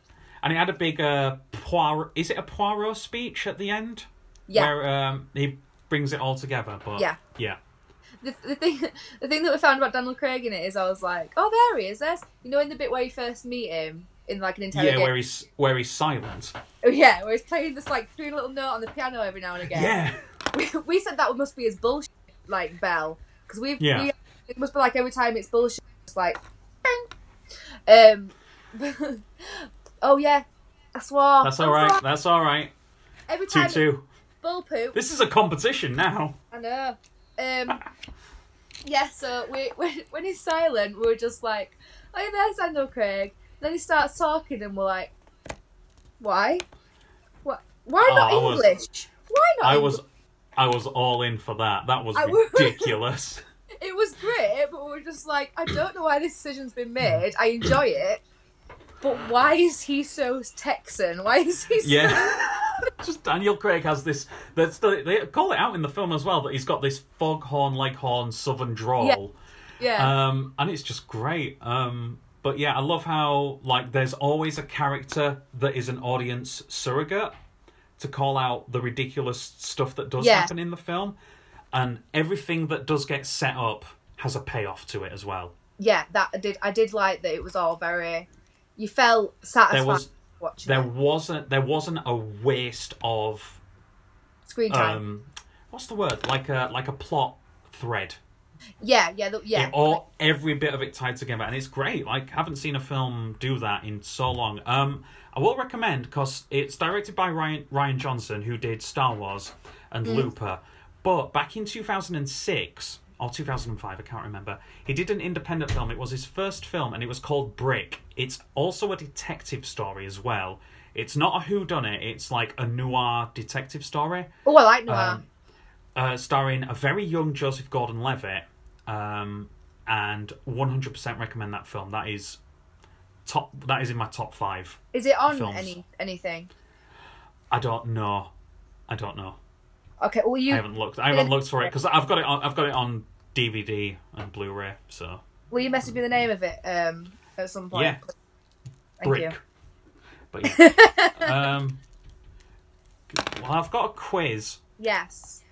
[SPEAKER 2] And it had a big uh, Poirot. Is it a Poirot speech at the end?
[SPEAKER 3] Yeah.
[SPEAKER 2] where um, he brings it all together. But
[SPEAKER 3] Yeah.
[SPEAKER 2] yeah,
[SPEAKER 3] The, the thing the thing that we found about Daniel Craig in it is I was like, oh, there he is. There's, you know, in the bit where you first meet him in like an
[SPEAKER 2] yeah,
[SPEAKER 3] interrogation.
[SPEAKER 2] where he's where he's silent.
[SPEAKER 3] yeah, where he's playing this like three little note on the piano every now and again.
[SPEAKER 2] Yeah,
[SPEAKER 3] we, we said that must be his bullshit like bell because we've
[SPEAKER 2] Yeah.
[SPEAKER 3] we, it must be like every time it's bullshit it's like bang. um oh yeah I swore
[SPEAKER 2] that's
[SPEAKER 3] I
[SPEAKER 2] all right.
[SPEAKER 3] swore.
[SPEAKER 2] That's all right.
[SPEAKER 3] every
[SPEAKER 2] Two
[SPEAKER 3] time it's
[SPEAKER 2] two.
[SPEAKER 3] bull poop
[SPEAKER 2] This is a competition now.
[SPEAKER 3] I know um yeah so we, we when he's silent we're just like oh yeah there's Daniel Craig then he starts talking and we're like why what why
[SPEAKER 2] Oh,
[SPEAKER 3] not
[SPEAKER 2] I was-
[SPEAKER 3] English why not
[SPEAKER 2] I
[SPEAKER 3] English?
[SPEAKER 2] was I was all in for that. That was
[SPEAKER 3] I would-
[SPEAKER 2] ridiculous.
[SPEAKER 3] It was great, but we were just like, I don't know why this decision's been made. I enjoy it, but why is he so Texan? Why is he so
[SPEAKER 2] Yeah. Just Daniel Craig has this. That's the, they call it out in the film as well that he's got this foghorn leghorn southern drawl,
[SPEAKER 3] yeah.
[SPEAKER 2] um, and it's just great. Um, but yeah, I love how like there's always a character that is an audience surrogate to call out the ridiculous stuff that does
[SPEAKER 3] Yeah.
[SPEAKER 2] happen in the film, and everything that does get set up has a payoff to it as well.
[SPEAKER 3] yeah, that I did. I did like that. It was all very. You felt satisfied
[SPEAKER 2] There was-
[SPEAKER 3] watching
[SPEAKER 2] There
[SPEAKER 3] it.
[SPEAKER 2] wasn't there wasn't a waste of
[SPEAKER 3] screen time.
[SPEAKER 2] um, what's the word like a like a plot thread
[SPEAKER 3] yeah, yeah, the, yeah.
[SPEAKER 2] it all every bit of it tied together and it's great like haven't seen a film do that in so long um i will recommend because it's directed by ryan ryan johnson who did star wars and looper but back in 2006 or 2005 i can't remember he did an independent film it was his first film and it was called brick it's also a detective story as well it's not a who done it it's like a noir detective story
[SPEAKER 3] oh, I like noir.
[SPEAKER 2] um, uh, starring a very young Joseph Gordon-Levitt, um, and 100% recommend that film. That is top. That is in my top five.
[SPEAKER 3] is it on
[SPEAKER 2] films.
[SPEAKER 3] any anything?
[SPEAKER 2] I don't know. I don't know.
[SPEAKER 3] Okay. Well,
[SPEAKER 2] I
[SPEAKER 3] you
[SPEAKER 2] haven't looked. I haven't looked for it because I've got it. On, I've got it on DVD and Blu-ray. So
[SPEAKER 3] will you message me the name of it um, at some point?
[SPEAKER 2] Yeah.
[SPEAKER 3] Thank
[SPEAKER 2] brick.
[SPEAKER 3] you.
[SPEAKER 2] But yeah. um, well, I've got a quiz.
[SPEAKER 3] Yes.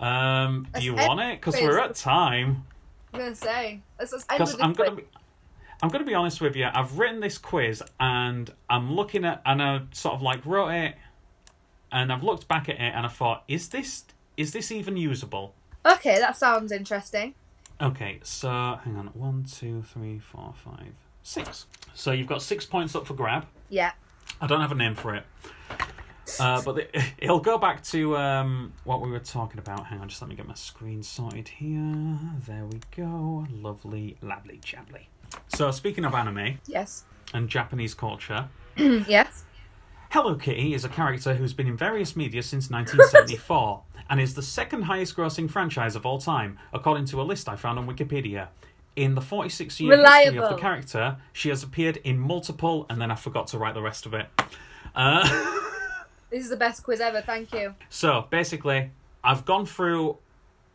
[SPEAKER 2] Um, do you
[SPEAKER 3] Let's end
[SPEAKER 2] want it? Because
[SPEAKER 3] quiz.
[SPEAKER 2] we're at time.
[SPEAKER 3] I'm gonna say. Let's, let's end
[SPEAKER 2] Because
[SPEAKER 3] with
[SPEAKER 2] I'm
[SPEAKER 3] this
[SPEAKER 2] gonna be, I'm gonna be honest with you. I've written this quiz and I'm looking at and I sort of like wrote it, and I've looked back at it and I thought, is this is this even usable?
[SPEAKER 3] bit. Okay, that sounds interesting.
[SPEAKER 2] Okay, so hang on, one, two, three, four, five, six. So you've got six points up for grab.
[SPEAKER 3] Yeah.
[SPEAKER 2] I don't have a name for it. Uh, but the, it'll go back to um, what we were talking about. Hang on, just let me get my screen sorted here. There we go. Lovely, lovely, jabbly. So, speaking of anime
[SPEAKER 3] Yes.
[SPEAKER 2] and Japanese culture,
[SPEAKER 3] yes.
[SPEAKER 2] Hello Kitty is a character who's been in various media since 1974 and is the second highest grossing franchise of all time, according to a list I found on Wikipedia. In the 46 year history of the
[SPEAKER 3] Reliable.
[SPEAKER 2] character, she has appeared in multiple, and then I forgot to write the rest of it. Uh,
[SPEAKER 3] This is the best quiz ever. Thank you.
[SPEAKER 2] So basically, I've gone through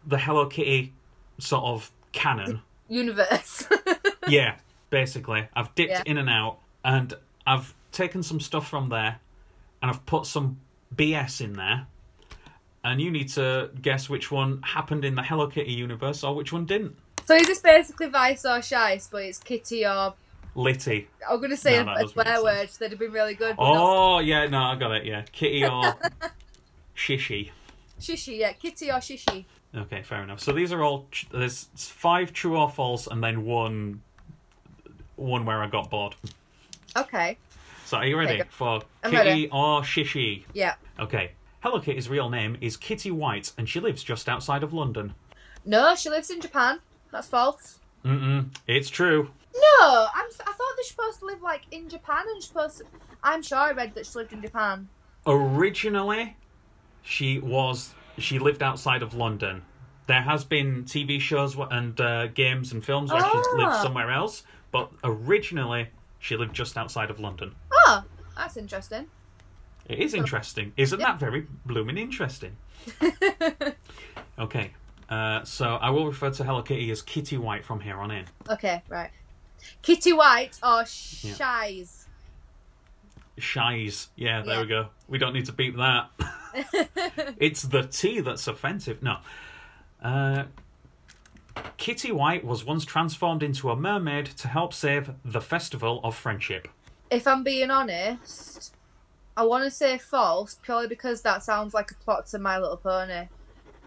[SPEAKER 2] the Hello Kitty sort of canon.
[SPEAKER 3] Universe.
[SPEAKER 2] yeah, basically, I've dipped
[SPEAKER 3] Yeah.
[SPEAKER 2] in and out, and I've taken some stuff from there, and I've put some BS in there. And you need to guess which one happened in the Hello Kitty universe or which one didn't.
[SPEAKER 3] so is this basically Vice or Shice, but it's Kitty or
[SPEAKER 2] Litty.
[SPEAKER 3] I'm gonna say
[SPEAKER 2] No,
[SPEAKER 3] a,
[SPEAKER 2] that
[SPEAKER 3] a
[SPEAKER 2] doesn't make
[SPEAKER 3] swear
[SPEAKER 2] sense.
[SPEAKER 3] word that'd have been really good. but not-
[SPEAKER 2] Oh yeah, no, I got it. Yeah, Kitty or Shishi.
[SPEAKER 3] Shishi, yeah, Kitty or Shishi.
[SPEAKER 2] Okay, fair enough. So these are all tr- there's five true or false, and then one one where I got bored.
[SPEAKER 3] Okay.
[SPEAKER 2] So are you ready
[SPEAKER 3] Okay, go.
[SPEAKER 2] for
[SPEAKER 3] I'm
[SPEAKER 2] Kitty
[SPEAKER 3] ready.
[SPEAKER 2] or Shishi?
[SPEAKER 3] Yeah.
[SPEAKER 2] Okay. Hello Kitty's real name is Kitty White, and she lives just outside of London.
[SPEAKER 3] No, she lives in Japan. That's false.
[SPEAKER 2] Mm-mm, it's true.
[SPEAKER 3] No, I'm, I thought they're supposed to live like in Japan and supposed. To, I'm sure I read that she lived in Japan.
[SPEAKER 2] Originally, she was she lived outside of London. There has been TV shows wh- and uh, games and films where she's lived
[SPEAKER 3] Ah.
[SPEAKER 2] somewhere else, but originally she lived just outside of London.
[SPEAKER 3] Oh, that's interesting.
[SPEAKER 2] It is interesting. Isn't that very blooming interesting? okay. Uh, so I will refer to Hello Kitty as Kitty White from here on in.
[SPEAKER 3] Okay, right. Kitty White or Shies?
[SPEAKER 2] Shies. Yeah, there
[SPEAKER 3] Yeah.
[SPEAKER 2] we go. We don't need to beep that. it's the T that's offensive. No. Uh, Kitty White was once transformed into a mermaid to help save the Festival of Friendship.
[SPEAKER 3] If I'm being honest, I want to say false purely because that sounds like a plot to My Little Pony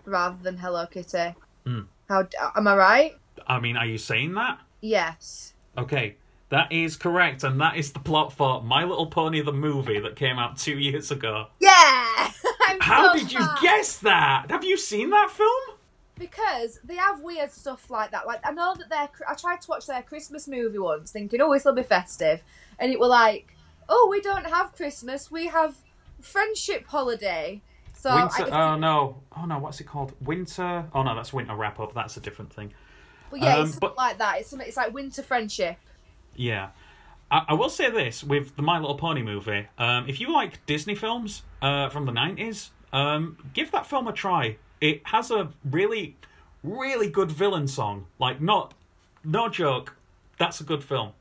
[SPEAKER 3] rather than Hello Kitty.
[SPEAKER 2] Mm.
[SPEAKER 3] How d- am I right?
[SPEAKER 2] I mean, are you saying that?
[SPEAKER 3] Yes.
[SPEAKER 2] Okay, that is correct, and that is the plot for My Little Pony the movie that came out two years ago.
[SPEAKER 3] Yeah. I'm
[SPEAKER 2] How
[SPEAKER 3] so
[SPEAKER 2] did you
[SPEAKER 3] smart.
[SPEAKER 2] guess that? Have you seen that film?
[SPEAKER 3] because they have weird stuff like that. Like I know that their I tried to watch their Christmas movie once, thinking, oh, this'll be festive, and it were like, oh, we don't have Christmas, we have friendship holiday, So I
[SPEAKER 2] Winter.
[SPEAKER 3] guess-
[SPEAKER 2] Oh no. Oh no. What's it called? Winter. Oh no, that's winter wrap up. That's a different thing.
[SPEAKER 3] but yeah,
[SPEAKER 2] um,
[SPEAKER 3] it's
[SPEAKER 2] but-
[SPEAKER 3] like that. It's something- it's like winter friendship.
[SPEAKER 2] Yeah. I, I will say this with the My Little Pony movie. Um, if you like Disney films uh, from the 90s, um, give that film a try. It has a really, really good villain song. Like, not, no joke. That's a good film.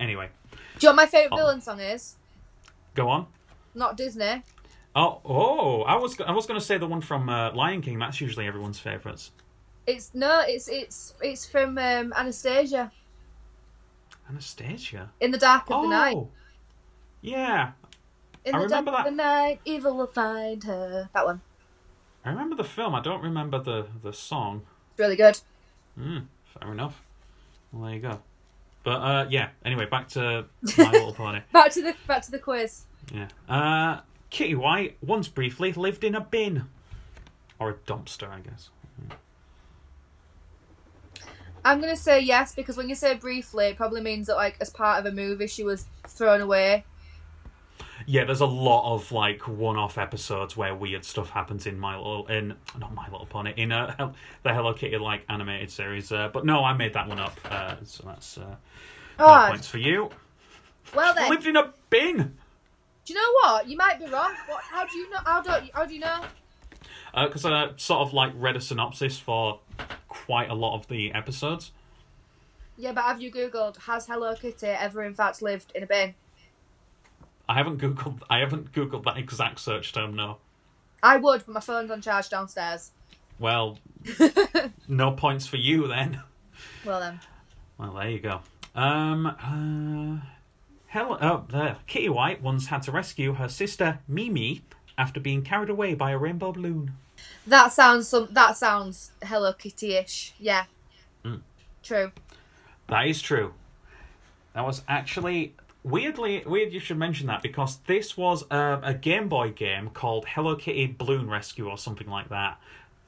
[SPEAKER 2] Anyway,
[SPEAKER 3] Do you know what my
[SPEAKER 2] Oh.
[SPEAKER 3] favorite villain song is?
[SPEAKER 2] go on.
[SPEAKER 3] Not Disney.
[SPEAKER 2] Oh, oh! I was I was going to say the one from uh, Lion King. That's usually everyone's favourites.
[SPEAKER 3] It's no, it's it's it's from um, Anastasia
[SPEAKER 2] Anastasia.
[SPEAKER 3] in the dark of
[SPEAKER 2] oh,
[SPEAKER 3] the night.
[SPEAKER 2] yeah.
[SPEAKER 3] In
[SPEAKER 2] I
[SPEAKER 3] the dark
[SPEAKER 2] remember
[SPEAKER 3] of
[SPEAKER 2] that.
[SPEAKER 3] the night, evil will find her. That one,
[SPEAKER 2] I remember the film. I don't remember the the song.
[SPEAKER 3] it's really good.
[SPEAKER 2] Mm, fair enough. Well, there you go. But uh, yeah. Anyway, back to My Little Pony.
[SPEAKER 3] Back to the back to the quiz.
[SPEAKER 2] Yeah. Uh, Kitty White once briefly lived in a bin, or a dumpster, I guess.
[SPEAKER 3] I'm gonna say yes because when you say briefly, it probably means that like as part of a movie, she was thrown away.
[SPEAKER 2] Yeah, there's a lot of like one-off episodes where weird stuff happens in my little in not my little pony in uh, Hel- the Hello Kitty like animated series. Uh, but no, I made that one up. Uh, so that's uh, no
[SPEAKER 3] Odd.
[SPEAKER 2] points for you.
[SPEAKER 3] Well Ah, then,
[SPEAKER 2] Lived in a bin
[SPEAKER 3] do you know what? You might be wrong. What? How do you know? How do how do you know?
[SPEAKER 2] because Uh, I sort of like read a synopsis for quite a lot of the episodes.
[SPEAKER 3] Yeah, but have you googled? Has Hello Kitty ever in fact lived in a bin?
[SPEAKER 2] I haven't googled. I haven't googled that exact search term. No.
[SPEAKER 3] I would, but my phone's on charge downstairs.
[SPEAKER 2] Well, no points for you then.
[SPEAKER 3] Well then,
[SPEAKER 2] Well, there you go. Um, uh, hell, oh, there. Kitty White once had to rescue her sister Mimi after being carried away by a rainbow balloon.
[SPEAKER 3] that sounds some. That sounds Hello Kitty-ish. Yeah.
[SPEAKER 2] Hmm.
[SPEAKER 3] True.
[SPEAKER 2] That is true. That was actually weirdly weird. You should mention that because this was a, a Game Boy game called Hello Kitty Balloon Rescue or something like that.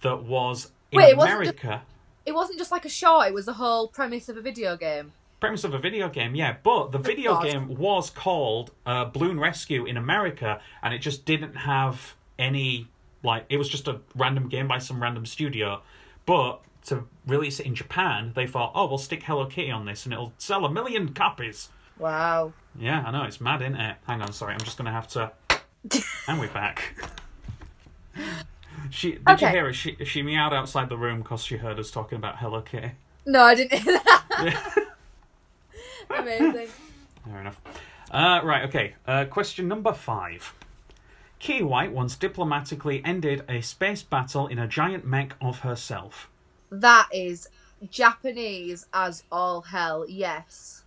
[SPEAKER 2] That was in
[SPEAKER 3] Wait, it wasn't just-
[SPEAKER 2] America.
[SPEAKER 3] It wasn't just like a short. It was the whole premise of a video game.
[SPEAKER 2] premise of a video game, yeah. But the video
[SPEAKER 3] God.
[SPEAKER 2] game was called uh, Balloon Rescue in America, and it just didn't have any like it was just a random game by some random studio. But to release it in Japan, they thought, oh, we'll stick Hello Kitty on this, and it'll sell a million copies.
[SPEAKER 3] Wow.
[SPEAKER 2] Yeah, I know it's mad, isn't it? Hang on, sorry, I'm just gonna have to. and we're back. She did you
[SPEAKER 3] Okay.
[SPEAKER 2] hear her? She she meowed outside the room because she heard us talking about Hello Kitty.
[SPEAKER 3] No, I didn't hear that. Amazing.
[SPEAKER 2] Fair enough. Uh, right, okay. Uh, question number five. Key White once diplomatically ended a space battle in a giant mech of herself.
[SPEAKER 3] That is Japanese as all hell. Yes.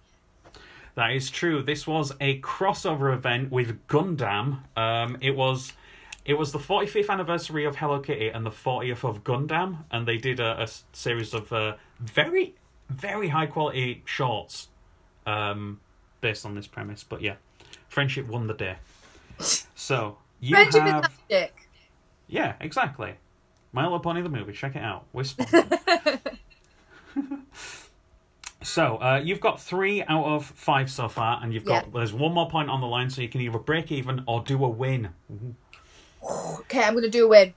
[SPEAKER 2] That is true. This was a crossover event with Gundam. Um, it was. It was the 45th anniversary of Hello Kitty and the 40th of Gundam, and they did a, a s- series of uh, very, very high quality shorts um, based on this premise. But yeah, friendship won the day. So you
[SPEAKER 3] Friendship
[SPEAKER 2] have...
[SPEAKER 3] is magic.
[SPEAKER 2] Yeah, exactly. My Little Pony the movie. Check it out. We're sponsored. so uh, you've got three out of five so far, and you've got
[SPEAKER 3] Yeah.
[SPEAKER 2] there's one more point on the line, so you can either break even or do a win.
[SPEAKER 3] Okay, I'm gonna do a win.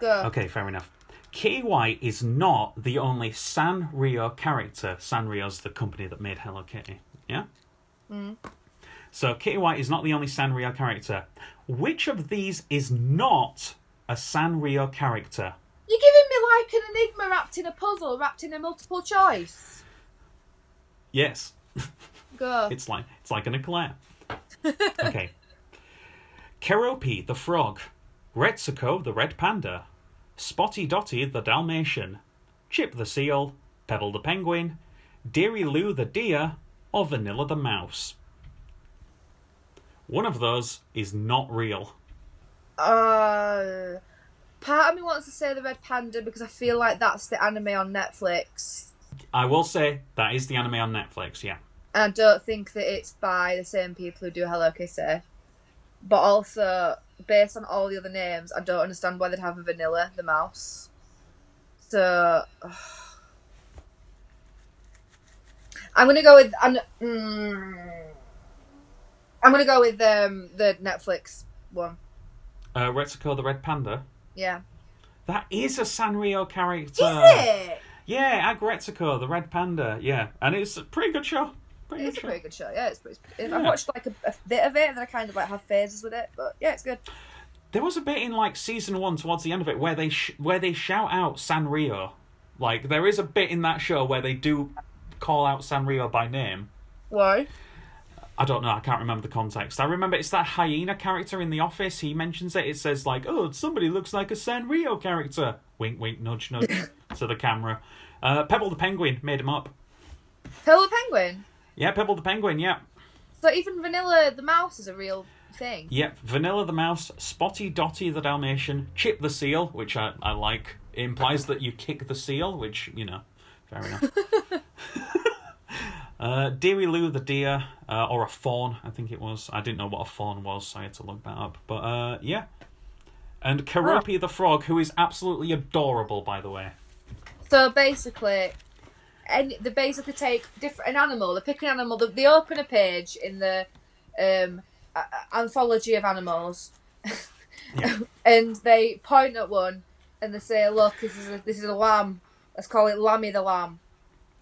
[SPEAKER 3] Go.
[SPEAKER 2] Okay, fair enough. Kitty White is not the only Sanrio character. Sanrio's the company that made Hello Kitty. Yeah? So Kitty White is not the only Sanrio character. Which of these is not a Sanrio character?
[SPEAKER 3] You're giving me like an enigma wrapped in a puzzle, wrapped in a multiple choice.
[SPEAKER 2] Yes.
[SPEAKER 3] Go.
[SPEAKER 2] It's like it's like an eclair. okay. Keropi the frog, Retsuko the red panda, Spotty Dotty the Dalmatian, Chip the seal, Pebble the penguin, Deary Lou the deer, or Vanilla the mouse. One of those is not real.
[SPEAKER 3] Uh, part of me wants to say the red panda because I feel like that's the anime on Netflix.
[SPEAKER 2] I will say that is the anime on Netflix. Yeah.
[SPEAKER 3] And I don't think that it's by the same people who do Hello Kitty. But also, based on all the other names, I don't understand why they'd have a vanilla, the mouse. So. I'm gonna go with. I'm, mm, I'm gonna go with um, the Netflix one.
[SPEAKER 2] Uh, Retsuko the red panda.
[SPEAKER 3] Yeah.
[SPEAKER 2] That is a Sanrio character.
[SPEAKER 3] Is it?
[SPEAKER 2] Yeah, Agretsuko, the red panda. Yeah, and it's a pretty good show. Pretty
[SPEAKER 3] It's
[SPEAKER 2] good
[SPEAKER 3] a
[SPEAKER 2] show.
[SPEAKER 3] pretty good show. Yeah, it's pretty. I've
[SPEAKER 2] Yeah.
[SPEAKER 3] watched like a, a bit of it, and then I kind of like have phases with it. But yeah, it's good.
[SPEAKER 2] There was a bit in like season one towards the end of it where they sh- where they shout out Sanrio. Like there is a bit in that show where they do call out Sanrio by name.
[SPEAKER 3] Why?
[SPEAKER 2] I don't know. I can't remember the context. I remember it's that hyena character in The Office. He mentions it. It says like, "Oh, somebody looks like a Sanrio character." Wink, wink, nudge, nudge to the camera. Uh, Pebble the Penguin made him up.
[SPEAKER 3] Hello Penguin.
[SPEAKER 2] Yeah, Pebble the Penguin. Yeah,
[SPEAKER 3] So even Vanilla the Mouse is a real thing.
[SPEAKER 2] yep. Vanilla the Mouse, Spotty Dotty the Dalmatian, Chip the Seal, which I I like. It implies that you kick the seal, which you know, fair enough. Uh, Deary Lou the deer, uh, or a fawn, I think it was. I didn't know what a fawn was, so I had to look that up. But uh, yeah. And Karopi the frog, who is absolutely adorable, by the way.
[SPEAKER 3] So basically, and they basically take different an animal. They pick an animal. They, they open a page in the um, a- a- anthology of animals,
[SPEAKER 2] Yeah.
[SPEAKER 3] and they point at one and they say, "Look, this is a, this is a lamb. Let's call it Lammy the Lamb."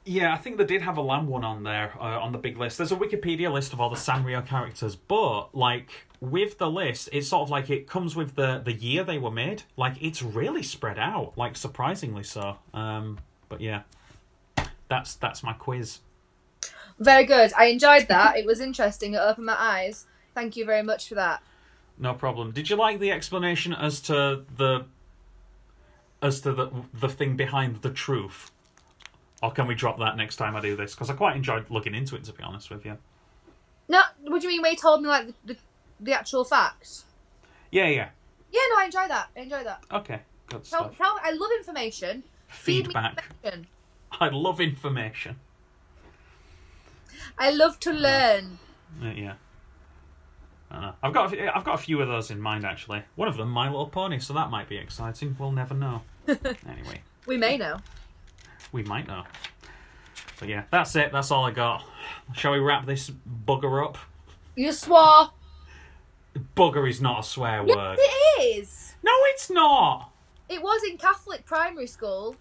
[SPEAKER 2] Yeah, I think they did have a lamb one on there uh, on the big list. There's a Wikipedia list of all the Sanrio characters, but like with the list, it's sort of like it comes with the the year they were made. Like it's really spread out, like surprisingly so. Um, but yeah, that's that's my quiz.
[SPEAKER 3] Very good. I enjoyed that. it was interesting. It opened my eyes. Thank you very much for that.
[SPEAKER 2] No problem. Did you like the explanation as to the as to the the thing behind the truth? Or can we drop that next time I do this? Because I quite enjoyed looking into it, to be honest with you.
[SPEAKER 3] No, what do you mean? When you told me like the, the, the actual facts?
[SPEAKER 2] Yeah, yeah.
[SPEAKER 3] Yeah, no, I enjoy that. I enjoy that.
[SPEAKER 2] Okay, good
[SPEAKER 3] Tell,
[SPEAKER 2] stuff.
[SPEAKER 3] tell, I love information. Feed me
[SPEAKER 2] Feedback.
[SPEAKER 3] information.
[SPEAKER 2] I love information.
[SPEAKER 3] I love to learn.
[SPEAKER 2] Uh, yeah. I don't know. I've got a f- I've got a few of those in mind actually. One of them, My Little Pony, so that might be exciting. We'll never know. anyway,
[SPEAKER 3] We may know.
[SPEAKER 2] we might know. But yeah, that's it. That's all I got. Shall we wrap this bugger up?
[SPEAKER 3] You swore.
[SPEAKER 2] Bugger is not a swear word.
[SPEAKER 3] Yes, it is.
[SPEAKER 2] No, it's not.
[SPEAKER 3] It was in Catholic primary school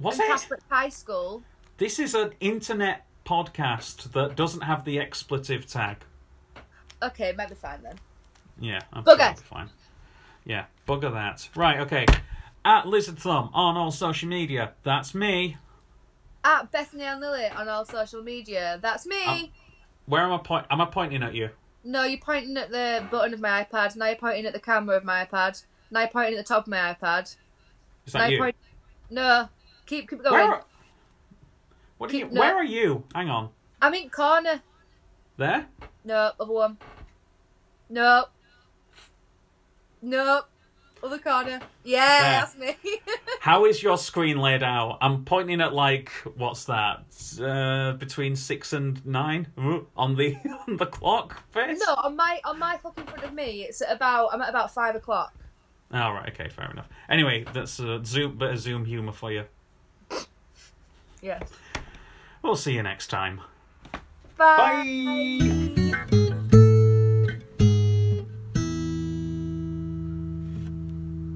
[SPEAKER 2] Was
[SPEAKER 3] and
[SPEAKER 2] it?
[SPEAKER 3] Catholic high school.
[SPEAKER 2] This is an internet podcast that doesn't have the expletive tag.
[SPEAKER 3] Okay, maybe fine then.
[SPEAKER 2] Yeah, I'm
[SPEAKER 3] Bugger.
[SPEAKER 2] sure it'll be fine. Yeah, bugger that. Right, okay. At Lizard Thumb on all social media. That's me.
[SPEAKER 3] At Bethany and Lily on all social media. That's me.
[SPEAKER 2] Um, Where am I point? Am I pointing at you?
[SPEAKER 3] No, you're pointing at the button of my iPad. Now you're pointing at the camera of my iPad. Now you're pointing at the top of my iPad.
[SPEAKER 2] Is
[SPEAKER 3] now
[SPEAKER 2] that
[SPEAKER 3] you're
[SPEAKER 2] you?
[SPEAKER 3] pointing. No, keep keep going.
[SPEAKER 2] Where? Are... What do you?
[SPEAKER 3] Keep- no.
[SPEAKER 2] Where are you? Hang on.
[SPEAKER 3] I'm in corner.
[SPEAKER 2] There.
[SPEAKER 3] No, other one. No. No. Other corner. Yeah, that's me.
[SPEAKER 2] How is your screen laid out? I'm pointing at like what's that? Uh, between six and nine Ooh, on the on the clock face.
[SPEAKER 3] no, on my on my clock in front of me, it's at about I'm at about five o'clock.
[SPEAKER 2] All right. Okay. Fair enough. Anyway, that's a zoom bit of zoom humor for you.
[SPEAKER 3] Yes.
[SPEAKER 2] We'll see you next time.
[SPEAKER 3] Bye.
[SPEAKER 2] Bye.